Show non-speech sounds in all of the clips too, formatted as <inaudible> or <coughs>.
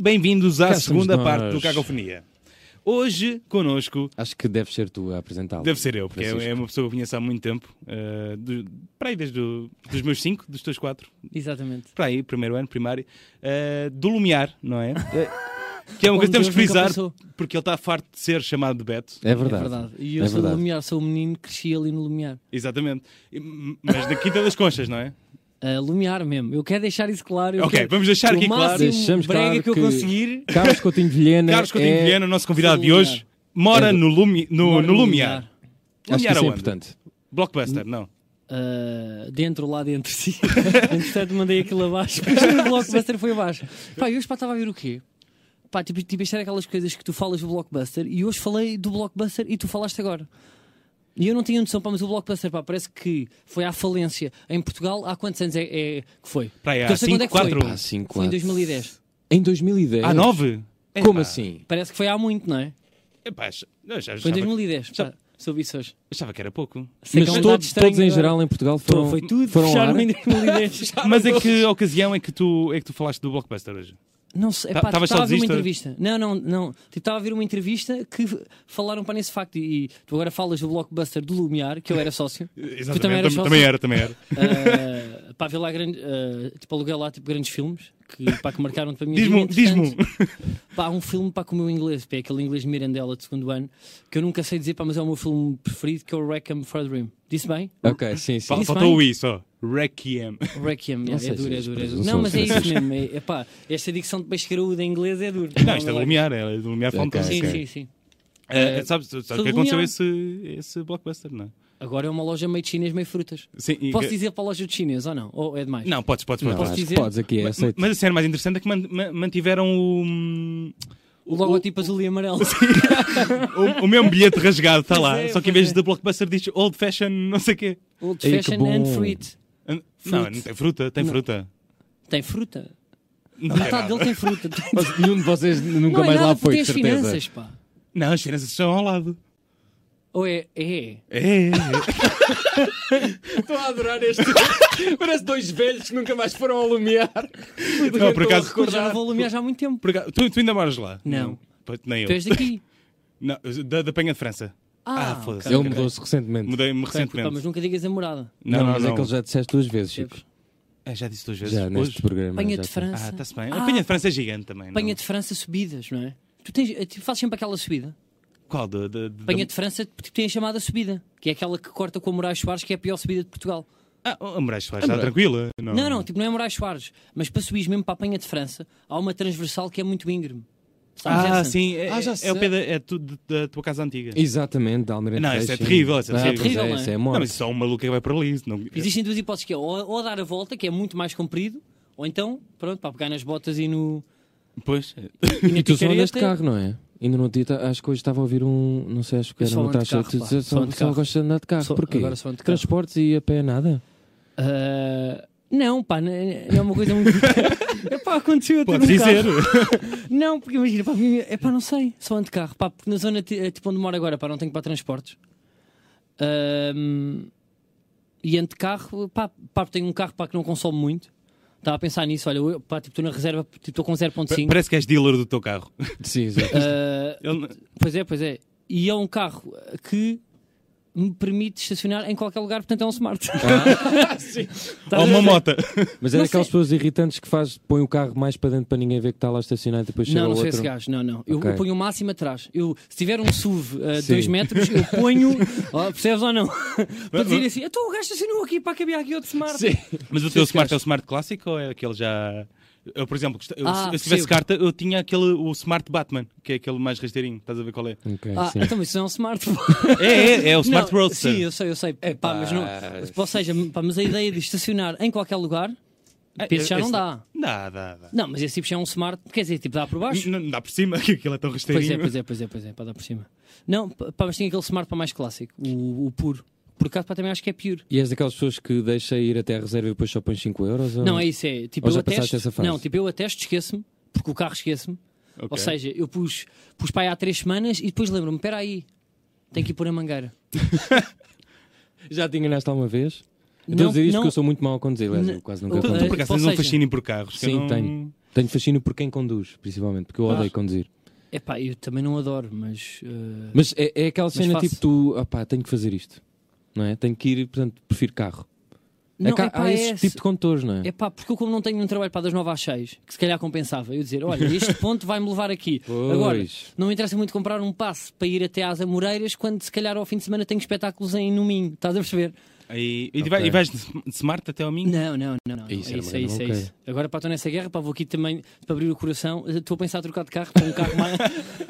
bem-vindos à Cá estamos segunda nós. parte do Cacofonia. Hoje, connosco, Acho que deve ser tu a apresentá-lo. deve ser eu, porque é- Francisco. é uma pessoa que eu conheço há muito tempo, eh, do- para aí desde o- dos meus cinco, dos teus quatro, Exatamente. para aí, primeiro ano, primário, eh, do Lumiar, não é? que é uma coisa que temos Onde que Deus nunca frisar, passou. porque ele está farto de ser chamado de Beto. É É verdade. verdade. E eu É sou verdade. do Lumiar, sou o menino que cresci ali no Lumiar. Exatamente. E- m- Mas da Quinta das Conchas, não é? Ah, Lumiar mesmo. Eu quero deixar isso claro. eu Ok, quero- vamos deixar o aqui claro. máximo Deixamos brega claro que eu que- conseguir. Carlos Coutinho de né, Vilhena. <laughs> Carlos Coutinho é... Vilhena, o nosso convidado do de hoje, mora É do- no, Lumi, no, Moro no Lumiar. Acho que isso Lumiar é um aonde? importante. Blockbuster, não. Ah, dentro, lá dentro, sim. <laughs> Entretanto, mandei aquilo abaixo. <laughs> Mas o blockbuster foi abaixo. Pá, e hoje pá, estava a ver o quê? Pá, tipo, tipo, isto era aquelas coisas que tu falas do blockbuster e hoje falei do blockbuster e tu falaste agora. E eu não tinha noção, pá, mas o blockbuster, pá, parece que foi à falência em Portugal há quantos anos é, é que foi? Para aí, Porque há eu sei 5, quando é que foi, 4. pá. Há 5 Foi em 2010. Em 2010? Há 9? Como assim? Parece que foi há muito, não é? Epá, já, eu já Foi em achava, 2010. já- Pá, soube isso hoje. achava que era pouco. Sei que é Mas um dado todos, estranho todos em agora. geral em Portugal foram. foi tudo, foram ao fecharam ar? em <laughs> 2010. Mas a que ocasião é que tu, é que tu falaste do Blockbuster hoje? Não sei, Tá- Ta- pá, tavas estava a ver uma só entrevista. Não, não, não. Tipo, Estava a ver uma entrevista que f- falaram para nesse facto. E, e tu agora falas do blockbuster do Lumiar, que eu era <laughs> sócio. Exatamente, também eras tam- sócio? também era, também era. Ah, pá, vi lá grande, ah, tipo, aluguei lá tipo, grandes filmes que, pá, que marcaram para mim. Diz-me, um- diz-me. um. Pá, há um filme pá, com o meu inglês, pá, é aquele inglês Mirandela de segundo ano, que eu nunca sei dizer, pá, mas é o meu filme preferido, que é o Requiem for a Dream. Disse bem? Ok, sim, sim. Fal- Isso Faltou bem. o I só. Requiem. Requiem, é, sei é duro, se é as duro. É duro. pessoas Não, são mas é isso mesmo. É, é, pá, esta dicção de peixe graúdo em inglês é duro. <laughs> Não, isto é do Lumiar, é do Lumiar Ok. Fontana. Sim, Ok. sim, sim. Eh, sabes sabes o Sou que do aconteceu Lumiar. esse, esse Blockbuster, não é? Agora é uma loja meio de chinês, meio frutas. Sim, e- Posso dizer para a loja de chinês ou não? Ou é demais? Não, podes, podes, Não, podes. posso acho que dizer? podes aqui, é aceito. Mas a cena mais interessante é que man- ma- mantiveram o, hum, O logotipo azul e <laughs> amarelo. o, o mesmo bilhete rasgado, <laughs> está lá. Pois é, só que em pois vez é. de Blockbuster diz Old Fashion, não sei o quê. Old Ei, que fashion bom. and fruit. Não, Fruta. não tem fruta, tem Não. fruta. Tem fruta. Não, tem Metade nada. dele <laughs> tem fruta. Mas nenhum de vocês nunca não é mais nada lá foi, tem de as certeza. finanças, pá. não as finanças estão ao lado. Ou é. é. É. <laughs> Estou a adorar este. <laughs> Parece dois velhos que nunca mais foram ao Lumiar. Não, por acaso- Eu já não vou alumiar já há muito tempo. Por acaso- tu, tu ainda moras lá? Não. Pois, Nem eu. Tu és <laughs> daqui. Não, eu- da, da Penha de França. Ah, Ah, foda-se. ok. Ele mudou-se recentemente. Mudei-me Ok, pá, mas recentemente. nunca digas a morada. Não, Não, não, mas é não. que ele já disseste duas vezes, Chico. Ah, já disse duas vezes. Já neste Hoje? programa. Penha já de tá. França. Ah, está-se bem. Ah. A Penha de França é gigante também. não? Penha de França subidas, não é? Tu tens, tu fazes sempre aquela subida. Qual? Da, da, da- Penha de França tipo, tem a chamada subida, que é aquela que corta com a Moraes Soares, que é a pior subida de Portugal. Ah, a Moraes Soares está tranquila. Ah. Não, Não, não, tipo, não é Moraes Soares, mas para subir mesmo para a Penha de França, há uma transversal que é muito íngreme. Sabes Ah, essa? sim. É, Ah, já é o sei. pé da, é tudo da tua casa antiga. Exatamente, da Almirante Não, isso é Teixeira. terrível, isso é Ah, pois terrível, não é? isso é Não, morte. mas só um maluco é que vai para ali. Não... Existem duas hipóteses, que é ou, ou dar a volta, que é muito mais comprido, ou então, pronto, para pegar nas botas e no... Pois. E, na E tu só andas picareta. de carro, não é? Ainda não dia, acho que hoje estava a ouvir um. Não sei, acho que Eu era é só no ando de taxa. carro, Tu pá. dizes Só só, ando de só carro. gostas de andar de carro. Só- Ah, Porquê? agora só ando de carro. Transportes e a pé <laughs> nada? Ah, não, pá, não é não é uma <laughs> coisa muito... <laughs> Epá, aconteceu a ter Podes um dizer. carro. Não, porque imagina, pá, é pá, não sei, só ando de carro, pá, porque na zona ti- eh, tipo onde moro agora, pá, não tenho para transportes. Ahm, e ando de carro, pá, pá, tenho um carro pá, que não consome muito. Estava a pensar nisso, olha, eu, pá, tipo, estou na reserva, tipo, estou com 0.5. Parece que és dealer do teu carro. Sim, exato. Ah, Ele- pois é, pois é. E é um carro eh, que me permite estacionar em qualquer lugar, portanto é um smart. <laughs> Tá, Ou uma moto. Mas é não daquelas sei. pessoas irritantes que faz, põe o carro mais para dentro para ninguém ver que está lá estacionado e depois chega Não, não o sou outro. esse gajo, não, não. Eu, Ok. eu ponho o máximo atrás. Eu, se tiver um SUV a Sim. 2 metros, eu ponho. ó, percebes ou não? Para dizer assim, então o gajo assinou aqui para caber aqui outro smart. Mas o teu smart é o smart clássico ou é aquele já. Eu, por exemplo, gosta- eu, Ah, se eu tivesse percebo. carta, eu tinha aquele, o smart Batman, que é aquele mais rasteirinho. Estás a ver qual é? Ok, Ah, sim. então isso não <laughs> é um smart. É, é, é o smart Não, roadster. Sim, eu sei, eu sei. Pá, mas não. Ou seja, pá, mas a ideia de estacionar em qualquer lugar, Ah, penso já não esse- dá. Dá, dá, dá. Não, mas esse tipo já é um smart, quer dizer, tipo dá por baixo. Não, não dá por cima, <laughs> que aquilo é tão Pois rasteirinho. é, pois é, pois é, pois é, para dar por cima. Não, pá, mas tinha aquele smart para mais clássico, o, o puro. Por acaso, pá, também acho que é pure. E és daquelas pessoas que deixa ir até a reserva e depois só põe 5 euros? ou- Não, é isso, é. Tipo, Ou já eu passaste atesto. essa fase? Não, tipo, eu atesto, esqueço-me, porque o carro esquece-me. Ou Ok. seja, eu pus, pus para aí há três semanas e depois lembro-me, espera aí, tenho que ir pôr a mangueira. Já te enganaste alguma vez? Eu Não, Estou a dizer isto Então não. porque eu sou muito mau a conduzir, Lésio. Não. Quase nunca Tu- Tu, tu, conduz. por Ou acaso tens um seja- fascínio por carros. que eu Sim, não... tenho. Tenho fascínio por quem conduz, principalmente, porque eu Ah. odeio conduzir. É pá, eu também não adoro, mas. eh, Mas é, é aquela cena faço. tipo tu, opá, tenho que fazer isto, não é? Tenho que ir, portanto, prefiro carro. não, É ca- epá, há é esse esse- tipo de condutores, não é? É pá, porque eu como não tenho um trabalho para das 9 às 6, que se calhar compensava, eu dizer, olha, este ponto vai-me levar aqui. Pois. Agora, não me interessa muito comprar um passe para ir até às Amoreiras, quando se calhar ao fim de semana tenho espetáculos em no Minho, estás a perceber? E, e, Ok. vai- e vais de Sm- de Smart até ao Minho? Não, não, não, não. É isso, é era isso, uma é grande isso, é bronca. isso. Agora pá, estou nessa guerra, pá, vou aqui também para abrir o coração. eh, Estou a pensar em trocar de carro para um carro <laughs> mais,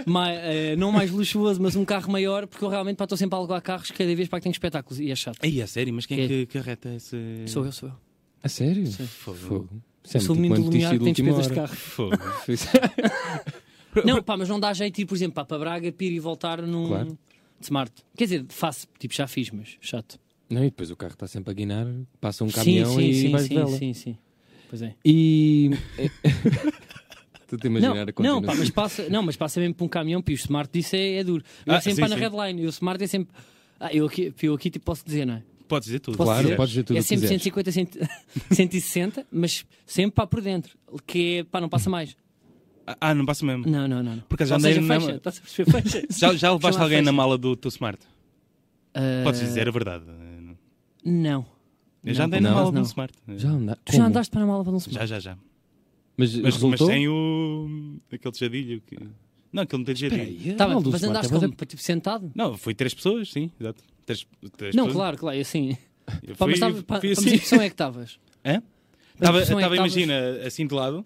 mais, eh, não mais luxuoso, mas um carro maior, porque eu realmente pá, estou sempre a alugar carros cada vez para que tenho espetáculos e é chato. Aí, a sério, mas quem é É. que, que arreta É. esse. Sou eu, sou eu. A sério? Sim. Fogo. Isso Eu é sou o muito menino do uma Lumiar notícia que tem de última despesas de hora. carro. Fogo. Não, pá, mas não dá jeito ir, por exemplo, pá, para Braga, pir e voltar num Claro. de smart. Quer dizer, faço, tipo, já fiz, mas chato. <laughs> Não, e depois o carro está sempre a guinar, passa um caminhão sim, e sim, vais sim, dela. sim, sim. Pois é. E. <laughs> Estou-te a Não, imaginar a não, continuação. pá, <laughs> mas passa, não, mas passa mesmo para um caminhão, pio, o smart disso é, é duro. Eu Ah, é sempre sim, pá, na sim. redline, e o smart é sempre. Ah, eu aqui, eu aqui tipo, posso dizer, não é? Podes dizer tudo. Posso Claro, dizer? podes dizer tudo É o que sempre quiseres. 150, 100, <laughs> 160, mas sempre pá por dentro. Que é, pá, não passa mais. Ah, não passa mesmo. Não, não, não. não. Porque já Ou andei seja, na- fecha, estás a perceber? Fecha. <laughs> Já, já levaste Chama a alguém na festa. mala do teu Smart? Ah, Podes dizer a verdade. Eu Não. já Não, andei não, na mala do não. Smart. Já, anda... Tu já Como? andaste para a mala para um Já, smart? já, já. Mas, Mas, mas resultou? tem o. aquele tejadilho. Que... Não, aquele não tem Espera tejadilho. aí, a Tá bem, mala do mas Smart andaste é bué como? Para, tipo, sentado? Não, foi três pessoas, sim, exato. Três, três não, pessoas. claro, claro, eu sim. Eu Pá, fui, mas tava, pá, fui mas assim. que posição é que estavas? Hã? Mas que Estava, posição é que estavas? imagina, assim de lado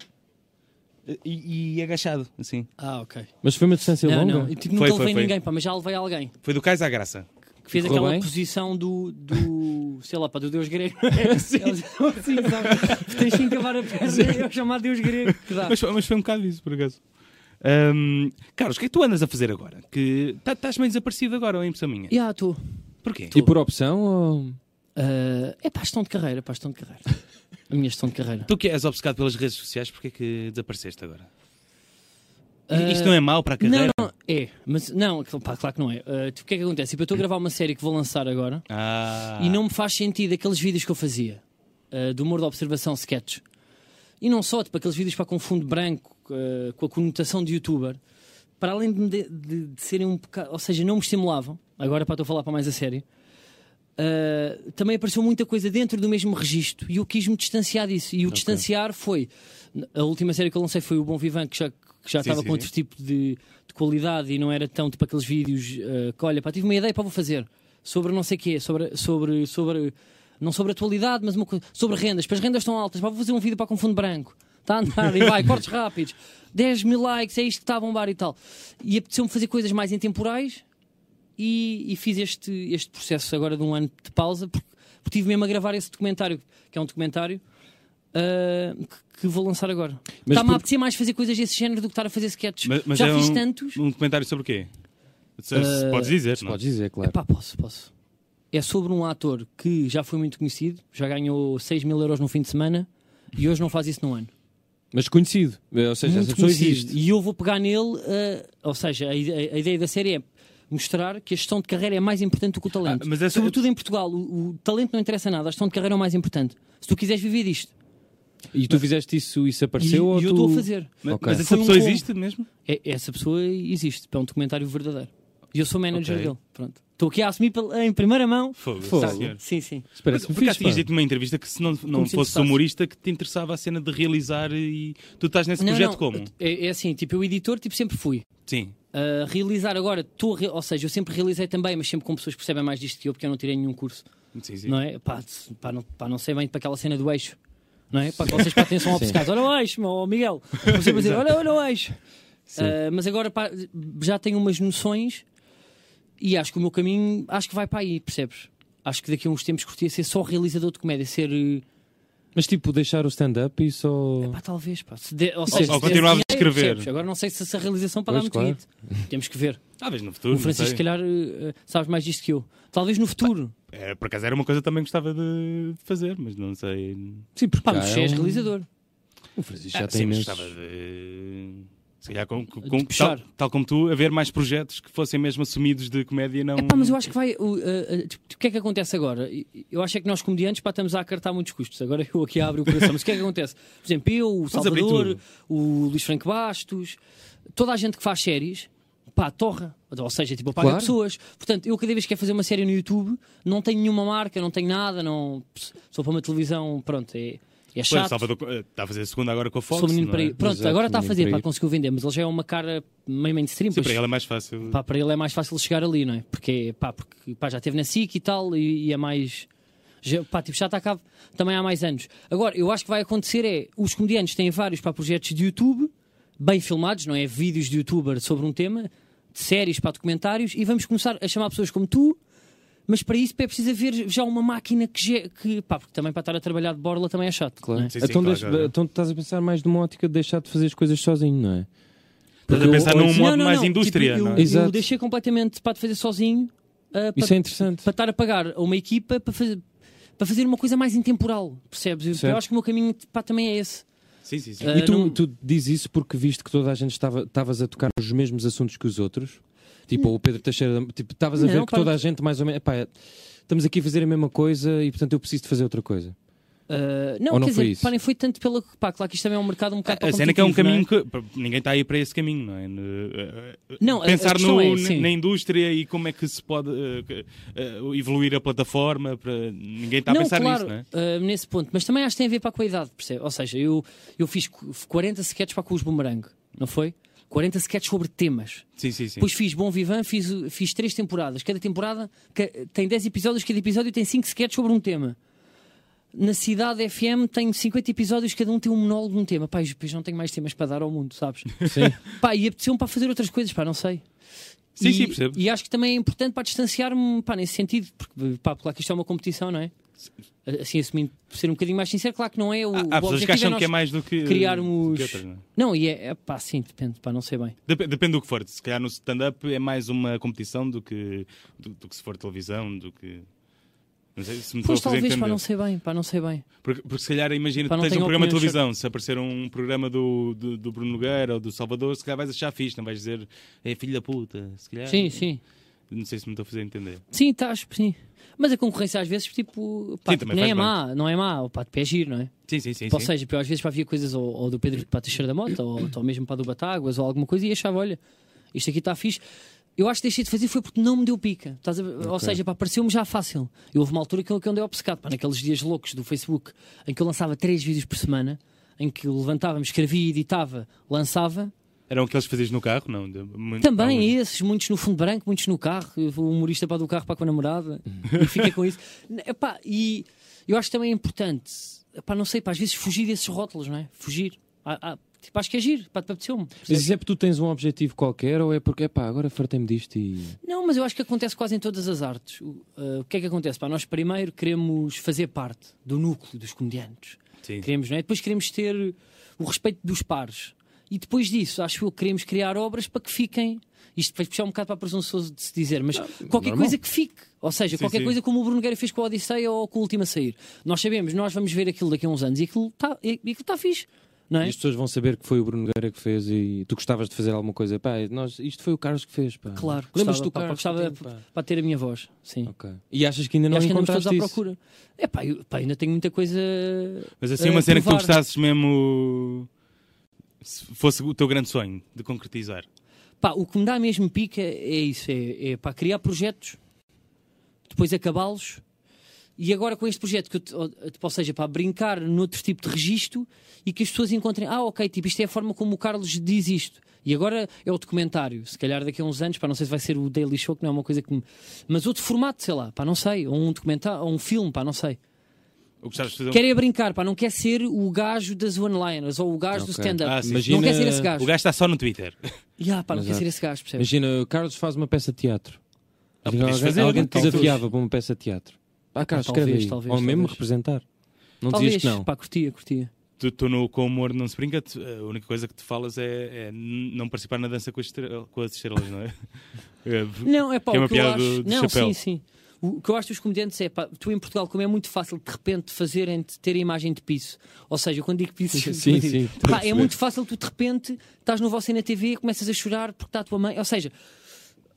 e, e agachado, assim. Ah, ok. da- Mas foi uma distância Não, longa? não, eu, tipo, Foi, nunca foi, levei foi. ninguém, pá, mas já levei alguém Foi do cais à graça. que fez Correu aquela bem? posição do, <laughs> do. sei lá, pá, do Deus grego. É, <laughs> Sim, sim, <laughs> sabe? Tens que encavar a perna, eu chamar Deus grego. Que dá. Mas, foi- mas foi um bocado isso, por acaso. Ahm, Carlos, o que é que tu andas a fazer agora? Que tá- estás meio desaparecido agora, em impressão minha. Já, estou. Porquê? E por opção ou... é pá, gestão de carreira, pá, gestão de carreira. A minha gestão de carreira. Tu que és obcecado pelas redes sociais, porquê é que desapareceste agora? Ah, Isto não é mau para a Não, carreira? não, é, mas não, aquilo- pá, claro que não é. Ah, tipo, o que é que acontece? Tipo, eu estou a gravar uma série que vou lançar agora. Ah, E não me faz sentido aqueles vídeos que eu fazia eh, do humor da observação sketch. E não só, tipo, aqueles vídeos para com fundo branco, eh, com a conotação de youtuber, para além de, me de- de- de serem um bocado. Ou seja, não me estimulavam. Agora, para estou a falar para mais a sério. eh, também apareceu muita coisa dentro do mesmo registro e eu quis me distanciar disso. E o distanciar foi. A última série que eu lancei foi o Bom Vivan, que já, que já Sim, estava sim, com outro sim. tipo de, de qualidade e não era tão tipo aqueles vídeos eh, que olha, pá, tive uma ideia para vou fazer sobre não sei quê, sobre, sobre, sobre não sobre atualidade, mas uma coisa sobre rendas, para as rendas estão altas, pá, vou fazer um vídeo para com fundo branco. Está a andar e <laughs> vai, cortes rápidos, 10 mil likes, é isto que está a bombar e tal. E apeteceu-me fazer coisas mais intemporais e, e fiz este, este processo agora de um ano de pausa, porque, porque tive mesmo a gravar esse documentário, que é um documentário ah, que, que vou lançar agora. Mas Está-me a por- apetecer mais fazer coisas desse género do que estar a fazer sketches. Mas- mas Já é fiz um- tantos. Um comentário sobre o quê? Se, se Eh, podes dizer, não? Podes dizer, claro. Epá, posso, posso. É sobre um ator que já foi muito conhecido, já ganhou 6 mil euros num fim de semana e hoje não faz isso num ano. Mas conhecido. Eh, Ou seja, essa muito pessoa conhecido. existe. E eu vou pegar nele, eh, ou seja, a, ide- a ideia da série é mostrar que a gestão de carreira é mais importante do que o talento. Ah, mas essa- Sobretudo em Portugal, o, o talento não interessa nada, a gestão de carreira é o mais importante. Se tu quiseres viver disto, E tu fizeste isso, isso apareceu e, ou e tu... eu estou a fazer. Mas, Ok. mas essa Foi um pessoa combo. existe mesmo? É- essa pessoa existe, é um documentário verdadeiro. E eu sou manager Ok. dele. Pronto. Estou aqui a assumir pel- em primeira mão. Fogo, Fogo. sim, senhor. Sim, sim. Espera, Mas, se me porque já fiz, tinhas pá. dito numa entrevista que se não, não Como fosse se gostasse. humorista que te interessava a cena de realizar e tu estás nesse Não, projeto não, como? É, é assim, tipo, eu editor tipo, sempre fui. Sim. Uh, realizar agora, tô a re- ou seja, eu sempre realizei também, mas sempre com pessoas que percebem mais disto que eu, porque eu não tirei nenhum curso, Sim, sim. não é? Pá, se- pá, não, pá, não sei bem para aquela cena do eixo, não é? Para vocês para atenção <laughs> ao Sim. pescado, olha o eixo, meu, ó <laughs> Miguel, Vou sempre dizer, olha, olha o eixo. Sim. Uh, mas agora pá, já tenho umas noções e acho que o meu caminho acho que vai para aí, percebes? Acho que daqui a uns tempos curtia ser só realizador de comédia, ser. uh, Mas tipo, deixar o stand-up e só... Pá, talvez, pá. Se de- ou, ou se desse continuavas a dinheiro, escrever. percebes? Agora não sei se essa realização para Pois, dar muito claro. hit. Temos <laughs> que ver. Talvez no futuro. O Francisco, se não sei. calhar, eh, eh, sabes mais disto que eu. Talvez no futuro. Era- É, por acaso era uma coisa que também gostava de de fazer, mas não sei. Sim, porque Pá, há mas tu és um- realizador. O Francisco já Ah, tem sim, mas imensos... gostava de. Se calhar, com, com- De com- tal, puxar. tal como tu, haver mais projetos que fossem mesmo assumidos de comédia e não. Epá, É mas eu acho que vai. O, a- a- tipo, o que é que acontece agora? E- e- Eu acho é que nós, comediantes, pá, estamos a acartar muitos custos. Agora eu aqui abro o coração. Mas o que é que acontece? Por exemplo, eu, o abrir Salvador, tudo. o Luís Franco Bastos, toda a gente que faz séries. Pá, torra. Ou seja, tipo, apaga Claro. pessoas. Portanto, eu cada vez que quero fazer uma série no YouTube, não tenho nenhuma marca, não tenho nada, não. Sou para uma televisão, pronto, é, é Pois, chato. Salvador, eh, está a fazer a segunda agora com a Fox. Sou menino não para é? ir. Pronto, Exato, agora está a menino fazer, para pá, ir. conseguiu vender, mas ele já é uma cara meio mainstream. Sim, pois- para ele é mais fácil. Pá, para ele é mais fácil chegar ali, não é? Porque, pá, porque pá, já esteve na SIC e tal, e, e é mais. Já, pá, tipo, já está cá também há mais anos. Agora, eu acho que vai acontecer é. Os comediantes têm vários para projetos de YouTube, bem filmados, não é? Vídeos de youtuber sobre um tema, de séries para documentários, e vamos começar a chamar pessoas como tu. Mas para isso pá, é preciso haver já uma máquina que, ge- que pá, porque também para estar a trabalhar de borla também é chato. Claro. não é? Sim, sim, então, claro, deixa- claro. então tu estás a pensar mais numa ótica de deixar de fazer as coisas sozinho, não é? Estás a Porque pensar eu- num eu- modo mais Tipo, indústria, eu, não é? Exato. eu deixei completamente para te fazer sozinho. ah, para- Isso é interessante. para estar a pagar a uma equipa para fazer, para fazer uma coisa mais intemporal, percebes? Eu- Certo. Eu acho que o meu caminho pá, também é esse. Sim, sim, sim. Ah, E tu, não- tu dizes isso porque viste que toda a gente estava estavas a tocar os mesmos assuntos que os outros? Tipo, o Pedro Teixeira, da- tipo, estavas a Não, ver que pá, toda não- a gente mais ou menos, "Epá, estamos aqui a fazer a mesma coisa e portanto eu preciso de fazer outra coisa. Ah, não, Ou não quer foi dizer, isso? pá, nem foi tanto pela. Pá, claro que isto também é um mercado um bocado. A cena é que é um competitivo, caminho que pá, ninguém está aí para esse caminho, não é? Ne- eh, eh, Não, a- a Pensar questão no- é, ne- sim. na indústria e como é que se pode eh, que- eh, evoluir a plataforma. Para... Ninguém está não é? a pensar claro, nisso, não é? ah, nesse ponto, mas também acho que tem a ver para com a idade, percebe? Ou seja, eu, eu fiz qu- 40 sketches para com os boomerang, não foi? 40 sketches sobre temas. Sim, sim, sim. Depois fiz Bom Vivan, fiz, fiz três temporadas. Cada temporada ca- tem 10 episódios, cada episódio tem 5 sketches sobre um tema. Na Cidade FM tenho 50 episódios, cada um tem um monólogo de um tema. Pá, e depois não tenho mais temas para dar ao mundo, sabes? <laughs> Sim. Pá, e apeteceu-me para fazer outras coisas, pá, não sei. Sim, e, sim, percebo. E acho que também é importante para distanciar-me, pá, nesse sentido, porque, pá, claro que isto é uma competição, não é? Assim, assumindo, por ser um bocadinho mais sincero, claro que não é o. Há, o há pessoas que objetivo acham nós que é mais do que, criarmos- do que outras, não é? Não, e é, é pá, sim, depende, pá, não sei bem. Dep- Depende do que for. Se calhar no stand-up é mais uma competição do que, do, do que se for televisão, do que. Não sei se me estou a Pois fazer talvez, pá, entender. não sei bem, pá, não sei bem. Porque, porque se calhar, imagina, Pá, tu não tens um tenho programa de opiniões televisão, se aparecer um programa do, do, do Bruno Nogueira ou do Salvador, se calhar vais achar fixe, não vais dizer é filho da puta, se calhar. Sim, sim. Não sei se me estou a fazer entender. Sim, estás, sim. Mas a concorrência às vezes, tipo, pá, Sim, tipo, também nem faz bem. é má, não é má, o pá, de pé é giro, não é? Sim, sim, sim. Ou sim. seja, pá, às vezes pá, havia coisas ou, ou do Pedro para Teixeira da Mota, ou, ou mesmo para do Batáguas, ou alguma coisa, e achava, olha, isto aqui está fixe. Eu acho que deixei de fazer foi porque não me deu pica. Estás a ver? Ou seja, pá, pareceu-me já fácil. Eu houve uma altura que eu, que eu andei obcecado, pá, naqueles dias loucos do Facebook, em que eu lançava três vídeos por semana, em que levantava, me escrevia, editava, lançava, Eram aqueles que fazias no carro, não? De- muito- também alguns- esses, muitos no fundo branco, muitos no carro, o humorista para do carro para com a namorada e fica com isso. N- epá, e eu acho que também é importante, epá, não sei, pá, às vezes fugir desses rótulos, não é? Fugir. Ah, ah, tipo, acho que é giro, pá, te apeteceu-me. Mas isso é porque tu tens um objetivo qualquer ou é porque, pá, agora fartei-me disto e. Não, mas eu acho que acontece quase em todas as artes. O, ah, o que é que acontece? Pá, nós primeiro queremos fazer parte do núcleo dos comediantes. Sim. Queremos, não é? Depois queremos ter o respeito dos pares. E depois disso, acho eu, queremos criar obras para que fiquem. Isto vai puxar um bocado para presunçoso de se dizer, mas qualquer normal. coisa que fique. Ou seja, Sim, qualquer sim. coisa como o Bruno Guerra fez com a Odisseia ou com o último a sair. Nós sabemos, nós vamos ver aquilo daqui a uns anos e aquilo está e aquilo está fixe. Não E é? as pessoas vão saber que foi o Bruno Nogueira que fez e tu gostavas de fazer alguma coisa. Pá, nós, isto foi o Carlos que fez, pá. Claro, Lembras-te do gostava, pá, Carlos? gostava Coutinho, pá? para ter a minha voz. Sim. Ok. E achas que ainda E não acho que andamos todos encontraste à isso? procura. É pá, eu- pá, ainda tenho muita coisa. Mas assim, eh, uma cena que tu provar. gostasses mesmo. Se fosse o teu grande sonho de concretizar. Pá, o que me dá mesmo pica é isso: é, é pá, criar projetos, depois acabá-los. E agora com este projeto, que eu, te- ou, tipo, ou seja, para brincar noutro tipo de registro e que as pessoas encontrem, ah, ok, tipo, isto é a forma como o Carlos diz isto. E agora é o documentário. Se calhar daqui a uns anos, para não sei se vai ser o Daily Show, que não é uma coisa que me... Mas outro formato, sei lá, para não sei. Ou um documentário, ou um filme, para não sei. Ou gostavas de fazer um- Quer é brincar, pá, não quer ser o gajo das one-liners ou o gajo do Ok. stand-up. Ah, sim. Não Imagina- quer ser esse gajo. O gajo está só no Twitter. <laughs> Ya, pá, não quer Exato. ser esse gajo, percebes? Imagina, o Carlos faz uma peça de teatro. Ah, Imagina, podias alguém, fazer, alguém não? te desafiava para uma peça de teatro. Pá, Carlos, talvez, escreve aí. talvez, Ou mesmo talvez. representar. Não Talvez, dizias que não. pá, curtia, curtia. Tu, tu no, com o humor não se brinca, tu- a única coisa que te falas é, é n- não participar na dança com as, estrel- com as estrelas, não é? <laughs> É, Não, é pá, Que é o uma que eu piada acho. do- do não, chapéu. sim, sim. O que eu acho dos comediantes é, pá, tu em Portugal, como é muito fácil de repente fazerem ter a imagem de piso. Ou seja, <laughs> quando digo piso, Sim, sim, estou a pá, é perceber. muito fácil tu de repente estás no vosso na TV e começas a chorar porque está a tua mãe. Ou seja,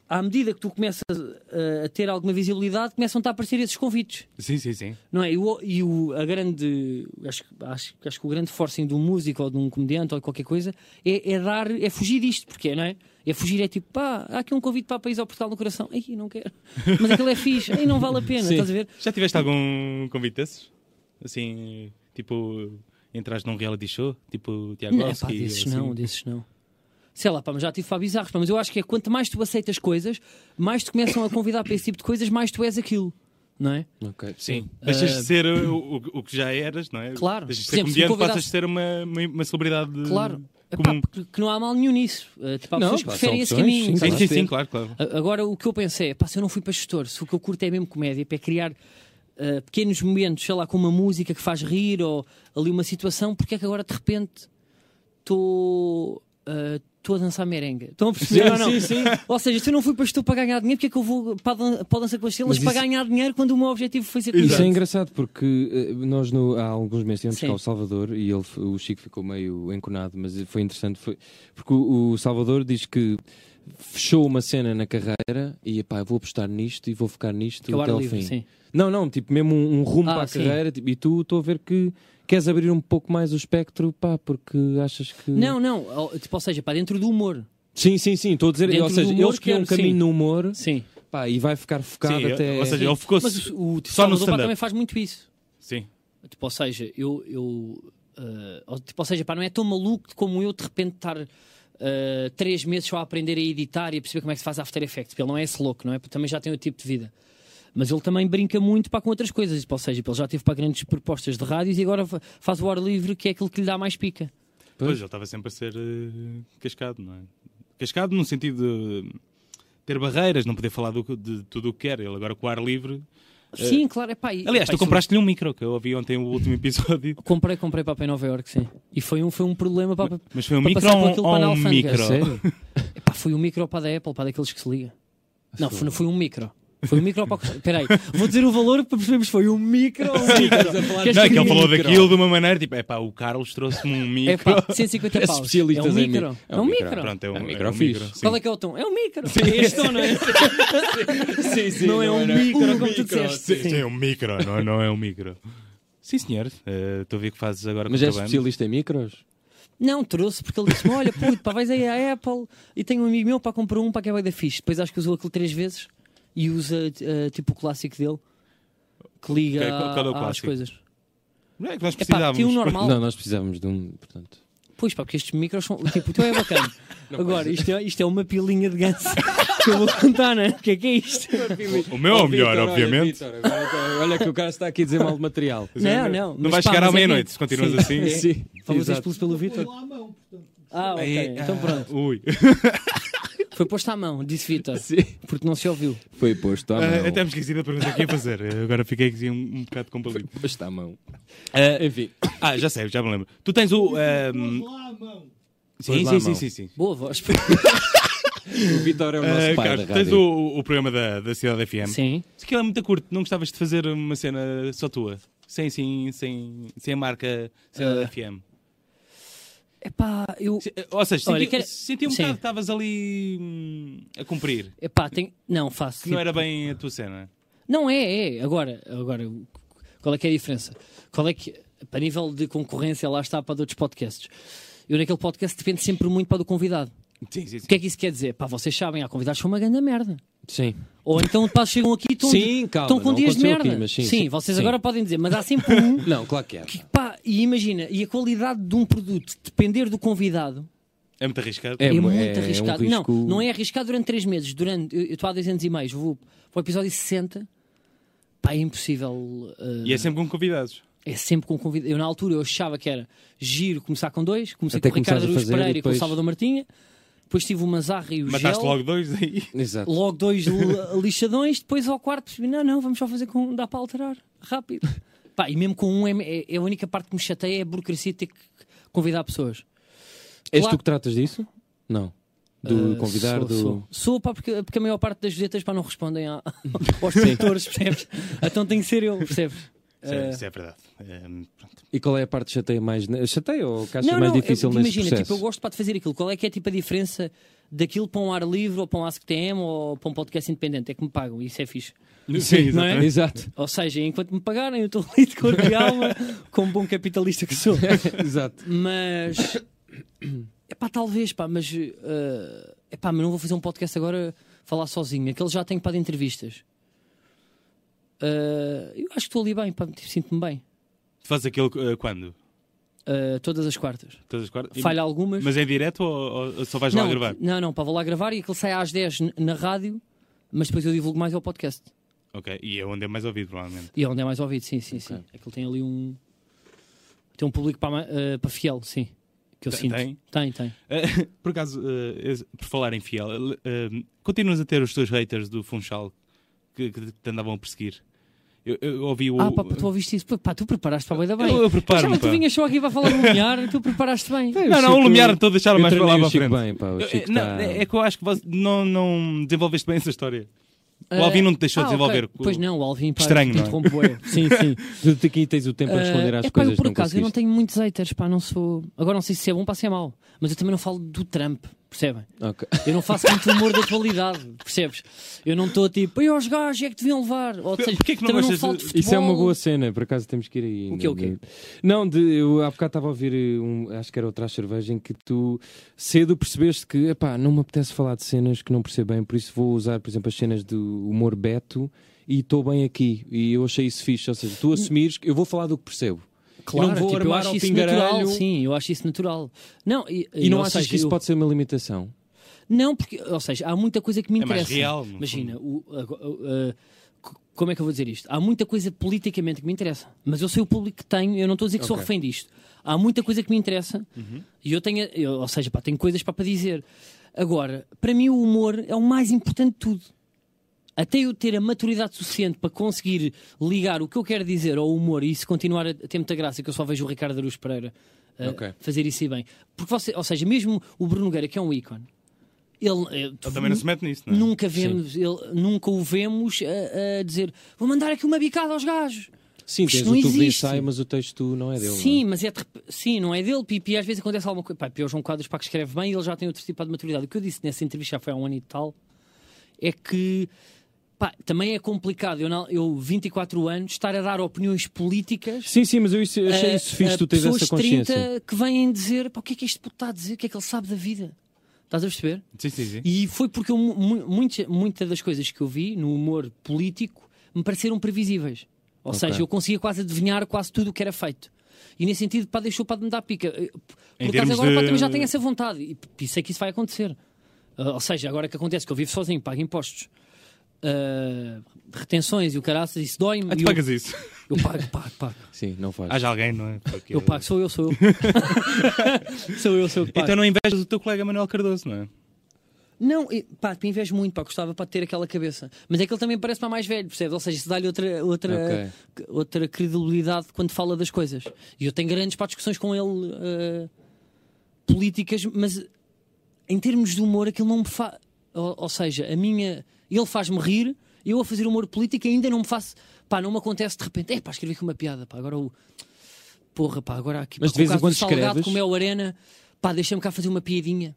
à medida que tu começas eh, a ter alguma visibilidade, começam-te a aparecer esses convites. Sim, sim, sim. Não é? E, o, e o- a grande. Acho, que- acho, que- acho que o grande forcing de um músico ou de um comediante ou de qualquer coisa é, é dar. é fugir disto, porque não é? É fugir, é tipo, pá, há aqui um convite para o país ao Portugal no coração. Ai, <laughs> não quero. Mas aquilo é fixe, ai, não vale a pena, Sim. estás a ver? Já tiveste algum convite desses? Assim, tipo, entraste num reality show? Tipo, Tiago Não, é pá, Alski, desses assim. não, desses não. Sei lá, pá, mas já tive para bizarros, pá, mas eu acho que é quanto mais tu aceitas coisas, mais te começam a convidar para esse tipo de coisas, mais tu és aquilo, não é? Ok. Sim. Deixas de ser uh, o, o- o que já eras, não é? Claro. Deixas de Por ser exemplo, se me comediante, passas convidasse- a ser uma, uma, uma celebridade. uh, Claro. Epá, Comum. porque- que não há mal nenhum nisso. Eh, tipo, há Hum, Não, pessoas que pá, são preferem esse opções, caminho. sim, estás Sim, sim, a perceber? sim, claro, claro. A- Agora, o que eu pensei é, pá, se eu não fui para gestor, se o que eu curto é mesmo comédia, para criar ah, pequenos momentos, sei lá, com uma música que faz rir ou ali uma situação, porque é que agora de repente estou. ah, Estou a dançar merengue. Estão a perceber Sim, ou não? sim, sim. Ou seja, se eu não fui para estou para ganhar dinheiro, porque é que eu vou para, dan para a dança com as estrelas Mas para isso- ganhar dinheiro quando o meu objetivo foi ser Isso é comediante? engraçado porque eh, nós no- há alguns meses tivemos Sim. cá o Salvador e ele, f- o Chico ficou meio enconado, mas foi interessante foi, porque o, o Salvador diz que fechou uma cena na carreira e pá, vou apostar nisto e vou focar nisto Eu até é ar ao livre, fim. sim. Não, não, tipo, mesmo um, um rumo Ah, para a sim. carreira tipo, e tu estou a ver que queres abrir um pouco mais o espectro, pá, porque achas que. Não, não. Ou, tipo, ou seja, para dentro do humor. Sim, sim, sim, estou a dizer, Dentro ou seja, do humor eles criam um quero, caminho sim. no humor Sim. pá, e vai ficar focado Sim, até. Ou seja, Sim. ele ficou Mas o, tipo, o só no Salvador Pá stand-up. também faz muito isso. Sim. Tipo, ou seja, eu. eu eh, ou- tipo, ou seja, pá, não é tão maluco como eu de repente estar eh, três meses só a aprender a editar e a perceber como é que se faz After Effects. Ele não é esse louco, não é? Porque também já tem outro tipo de vida. Mas ele também brinca muito pá, com outras coisas. Tipo, ou seja, ele já teve para grandes propostas de rádios e agora fa- faz o ar livre, que é aquilo que lhe dá mais pica. Pois, ele estava sempre a ser uh, cascado, não é? Cascado no sentido de ter barreiras, não poder falar do que- de tudo o que quer. Ele agora com o ar livre. Sim, claro. Epá, e, É. Aliás, epá, tu isso- é compraste-lhe um micro, que eu ouvi ontem o último <laughs> episódio. Comprei, comprei para em Nova York, sim. E foi um, foi um problema para. Mas foi um Para micro passar por ou um, aquilo ou para É, um alfândega. micro? Sério? Epá, foi um micro para da Apple, para daqueles que se liga. Não, foi, foi um micro. Foi um micro para. Espera aí, vou dizer o valor para percebermos. Foi um micro. ou Um micro. Queres <laughs> Não, é que que ele eu diga? falou daquilo de uma maneira tipo, é pá, o Carlos trouxe-me um É micro. pá, 150 É paus. especialistas é um em micro. micro. É um micro. Pronto, é um, É um micro é um fixe. micro. sim. Qual é que é o tom? É um micro. É este tom, não é? Sim, sim, não é um era micro, como tu disseste. Sim, sim, é um micro, não, não é um micro. Sim, senhor. Eh, Estou a ver o que fazes agora Mas com é o teu bando. especialista em micros? Não, trouxe porque ele disse-me: olha, puto, pá, vais aí à Apple e tenho um amigo meu para comprar um para que é bué da fixe. Depois acho que usou aquilo três vezes e usa eh, tipo o clássico dele que liga Ok, qual- qual é o às clássico? coisas. Não é que nós É pá, precisávamos. tinha um normal. Não, nós precisávamos de um, portanto. Pois pá, porque estes micros são. Tipo, o teu é bacana. Agora, isto é, isto é uma pilinha de ganso <laughs> que eu vou contar, não é? O que é que é isto? <laughs> O meu é o melhor, Vitor, olha, obviamente. Vitor, agora- Olha que o cara está aqui a dizer mal de material. Não, não. é, Não vais é chegar à meia-noite se continuas assim. Sim, Falas exato. expulso pelo Vitor? Ah, ok. Então pronto. Ui. Foi posto à mão, disse Vitor. <laughs> Porque não se ouviu. Foi posto à Ah, mão. Até me esqueci da pergunta que ia fazer. Eh, Agora fiquei assim um, um bocado complicado. Posto à mão. Enfim. Ah, já sei, já me lembro. Tu tens o. ehm, Sim, Pôs lá sim, a sim, mão. sim, sim. Boa voz. É O Vitor Ah, é o nosso Eh, pai Carlos, da tens rádio. o, o programa da, da Cidade FM. Sim. Se aquilo é muito curto, não gostavas de fazer uma cena só tua? Sem, sem, sem, sem a marca Cidade Ah. FM? Epá, eu. Se- Ou seja, senti, Olha, quero- senti um Sim. bocado que estavas ali hum, a cumprir. Epá, tem. Não, faço. Que não tipo- era bem a tua cena. Não, é, é. Agora, agora, qual é que é a diferença? Qual é que, para nível de concorrência, lá está para de outros podcasts. Eu naquele podcast depende sempre muito para do convidado. Sim, sim, sim. O que é que isso quer dizer? Pá, vocês sabem, há convidados que são uma grande merda. Sim. Ou então pá, chegam aqui e estão, Sim, calma, estão com não dias de aconteceu merda. aqui, mas sim, sim, sim, vocês sim. agora podem dizer, mas há sempre um <laughs> Não, claro que é. que, pá, e imagina, e a qualidade de um produto depender do convidado É muito arriscado. É é, mu- muito é um arriscado. risco- Não, não é arriscado durante 3 meses. Durante, eu eu estou há 2 anos e meio, vou para o episódio 60. Pá, é impossível. eh, E é sempre com convidados. é sempre com convidado. Eu, na altura, eu achava que era giro começar com dois. Comecei Até com o começares Ricardo a Aruz fazer Pereira e e com o depois- Salvador Martinha. Depois tive o Mazarra e o Mataste Gel. logo dois aí. Exato. Logo dois li- lixadões. Depois ao quarto percebi, não, não, vamos só fazer com um. Dá para alterar. Rápido. Pá, e mesmo com um, é- é, é a única parte que me chateia é a burocracia de ter que convidar pessoas. És Claro. tu que tratas disso? Não. Do Uh, convidar, sou, do. Sou, sou pá, porque, porque a maior parte das vedetas pá, não respondem <laughs> a, aos produtores, percebes? Então tem que ser eu, percebes? <laughs> Isso é, Uh, isso é verdade. É, pronto. E qual é a parte que chateia mais? ne- Chateia ou que achas Ah, não, mais não, difícil eu, neste imagina, processo? tipo, eu gosto para de fazer aquilo. Qual é que é tipo, a diferença daquilo para um ar livre ou para um AskTM ou para um podcast independente? É que me pagam, isso é fixe. Sim, não é? exatamente. Exato, <laughs> Ou seja, enquanto me pagarem, eu estou ali de corpo e alma, como bom capitalista que sou. exato. Mas. É pá, talvez, pá, mas. É pá, mas não vou fazer um podcast agora falar sozinho. Aquele já tenho para de entrevistas. Eh, eu acho que estou ali bem, pá, tipo, sinto-me bem. Faz aquilo eh, quando? Eh, todas as quartas. Todas as quartas? Falha algumas. Mas é direto ou, ou só vais não, lá gravar? Não, não, pá, vou lá gravar e aquele sai às 10 n- na rádio, mas depois eu divulgo mais ao podcast. Ok, e é onde é mais ouvido, provavelmente. E é onde é mais ouvido, sim, sim, sim. Aquilo tem ali um. Tem um público para, ma- eh, para fiel, sim. Que eu Tem- sinto. tem? tem. tem. Eh, <laughs> por acaso, eh, esse- por falar em fiel, eh, eh, continuas a ter os teus haters do Funchal que, que te andavam a perseguir? Eu, eu ouvi o. Ah, pá, tu ouviste isso? Pá, tu preparaste para a boida bem. Eu- eu preparo-me, Achava que tu pá. vinhas só aqui para falar de lumiar e tu preparaste bem. Não, não, o Lumiar estou a deixar Eu mais para lá para treinei o a Chico frente. bem, pá. O Eu- Chico eu- não, tá- é, é que eu acho que você não, não desenvolveste bem essa história. Eh, O Alvin não te deixou ah, ok. desenvolver. O- Pois não, o Alvin, pá, Estranho, te não é? interrompeu. <laughs> Sim, sim. Tu aqui tens o tempo para responder Eh, às é, pá, coisas eu por não acaso, eu não conseguiste. tenho muitos haters, pá, não sou... Agora não sei se é bom para se é mau, mas eu também não falo do Trump, percebem? Ok. Eu não faço muito humor da atualidade, percebes? Eu não estou tipo, e os gajos é que deviam levar. Ou seja, Porquê que não também não gostas falo de- de futebol. Isso é uma boa cena, por acaso temos que ir aí. O quê, o quê? Não, de, eu há bocado estava a ouvir, eh, um, acho que era outra cerveja, em que tu cedo percebeste que, epá, não me apetece falar de cenas que não percebo bem, por isso vou usar, por exemplo, as cenas do humor Beto e estou bem aqui. E eu achei isso fixe, ou seja, tu assumires que eu vou falar do que percebo. Claro, não vou tipo, eu armar acho ao isso pingaralho. natural, sim, eu acho isso natural. Não, e, E não ou achas seja, que isso eu- pode ser uma limitação? Não, porque, ou seja, há muita coisa que me É mais interessa. real, no Imagina, o- a- a- a- co- como é que eu vou dizer isto? Há muita coisa politicamente que me interessa, mas eu sei o público que tenho, eu não estou a dizer que sou Ok. refém disto. Há muita coisa que me interessa Uhum. e eu tenho, eu- ou seja, pá, tenho coisas pá, para dizer. Agora, para mim o humor é o mais importante de tudo. Até eu ter a maturidade suficiente para conseguir ligar o que eu quero dizer ao humor e isso continuar a ter muita graça, que eu só vejo o Ricardo Aruz Pereira uh, Ok. fazer isso e bem. Porque você, ou seja, mesmo o Bruno Nogueira, que é um ícone, ele, eh, tu- Ele também não se mete nisso, não é? nunca, vemos, ele, nunca o vemos a, a dizer vou mandar aqui uma bicada aos gajos. Sim, Isto tens não o tubo de existe. ensaio, mas o texto não é dele. sim, mas é de rep- sim, não é dele. Pipi, às vezes acontece alguma coisa. Pá, pior João Quadros para que escreve bem e ele já tem outro tipo de maturidade. O que eu disse nessa entrevista já foi há um ano e tal é que pá, também é complicado. Eu, não- eu, 24 anos, estar a dar opiniões políticas Sim, sim, mas eu isso- eu achei a- isso fixe, a tu tens pessoas essa consciência. 30 que vêm dizer pá, o que é que este puto está a dizer, o que é que ele sabe da vida. Estás a perceber? Sim, sim, sim. E foi porque eu mu- mu- muita- muitas das coisas que eu vi no humor político me pareceram previsíveis. Ou Ok. seja, eu conseguia quase adivinhar quase tudo o que era feito. E nesse sentido, pá, deixou para de me dar pica. Eh, Por acaso termos agora pá, de- também já tenho essa vontade. E p- sei que isso vai acontecer. Ah, ou seja, agora que acontece que eu vivo sozinho, pago impostos, ah, retenções e o caraças, isso dói-me. Ah, E tu eu, pagas isso. eu pago, pago, <laughs> pago. Sim, não faz. Ah, Haja alguém, não é? Porque- Eu pago, sou eu, sou eu. <laughs> sou eu, sou eu que pago. Então não invejas o teu colega Manuel Cardoso, não é? Não, e, pá, me invejo muito, pá, gostava para ter aquela cabeça. Mas é que ele também parece para mais velho, percebes? Ou seja, isso dá-lhe outra, outra, outra credibilidade quando fala das coisas. E eu tenho grandes pá, discussões com ele eh, políticas, mas em termos de humor, aquilo não me faz. Ou, ou seja, a minha. Ele faz-me rir, eu a fazer humor político ainda não me faço. Pá, não me acontece de repente. É, pá, escrevi aqui uma piada, pá, agora o. Porra, pá, agora aqui. Mas pá, de vez com o em quando caso do salgado, escreves? como é o Arena, pá, deixa-me cá fazer uma <laughs> piadinha.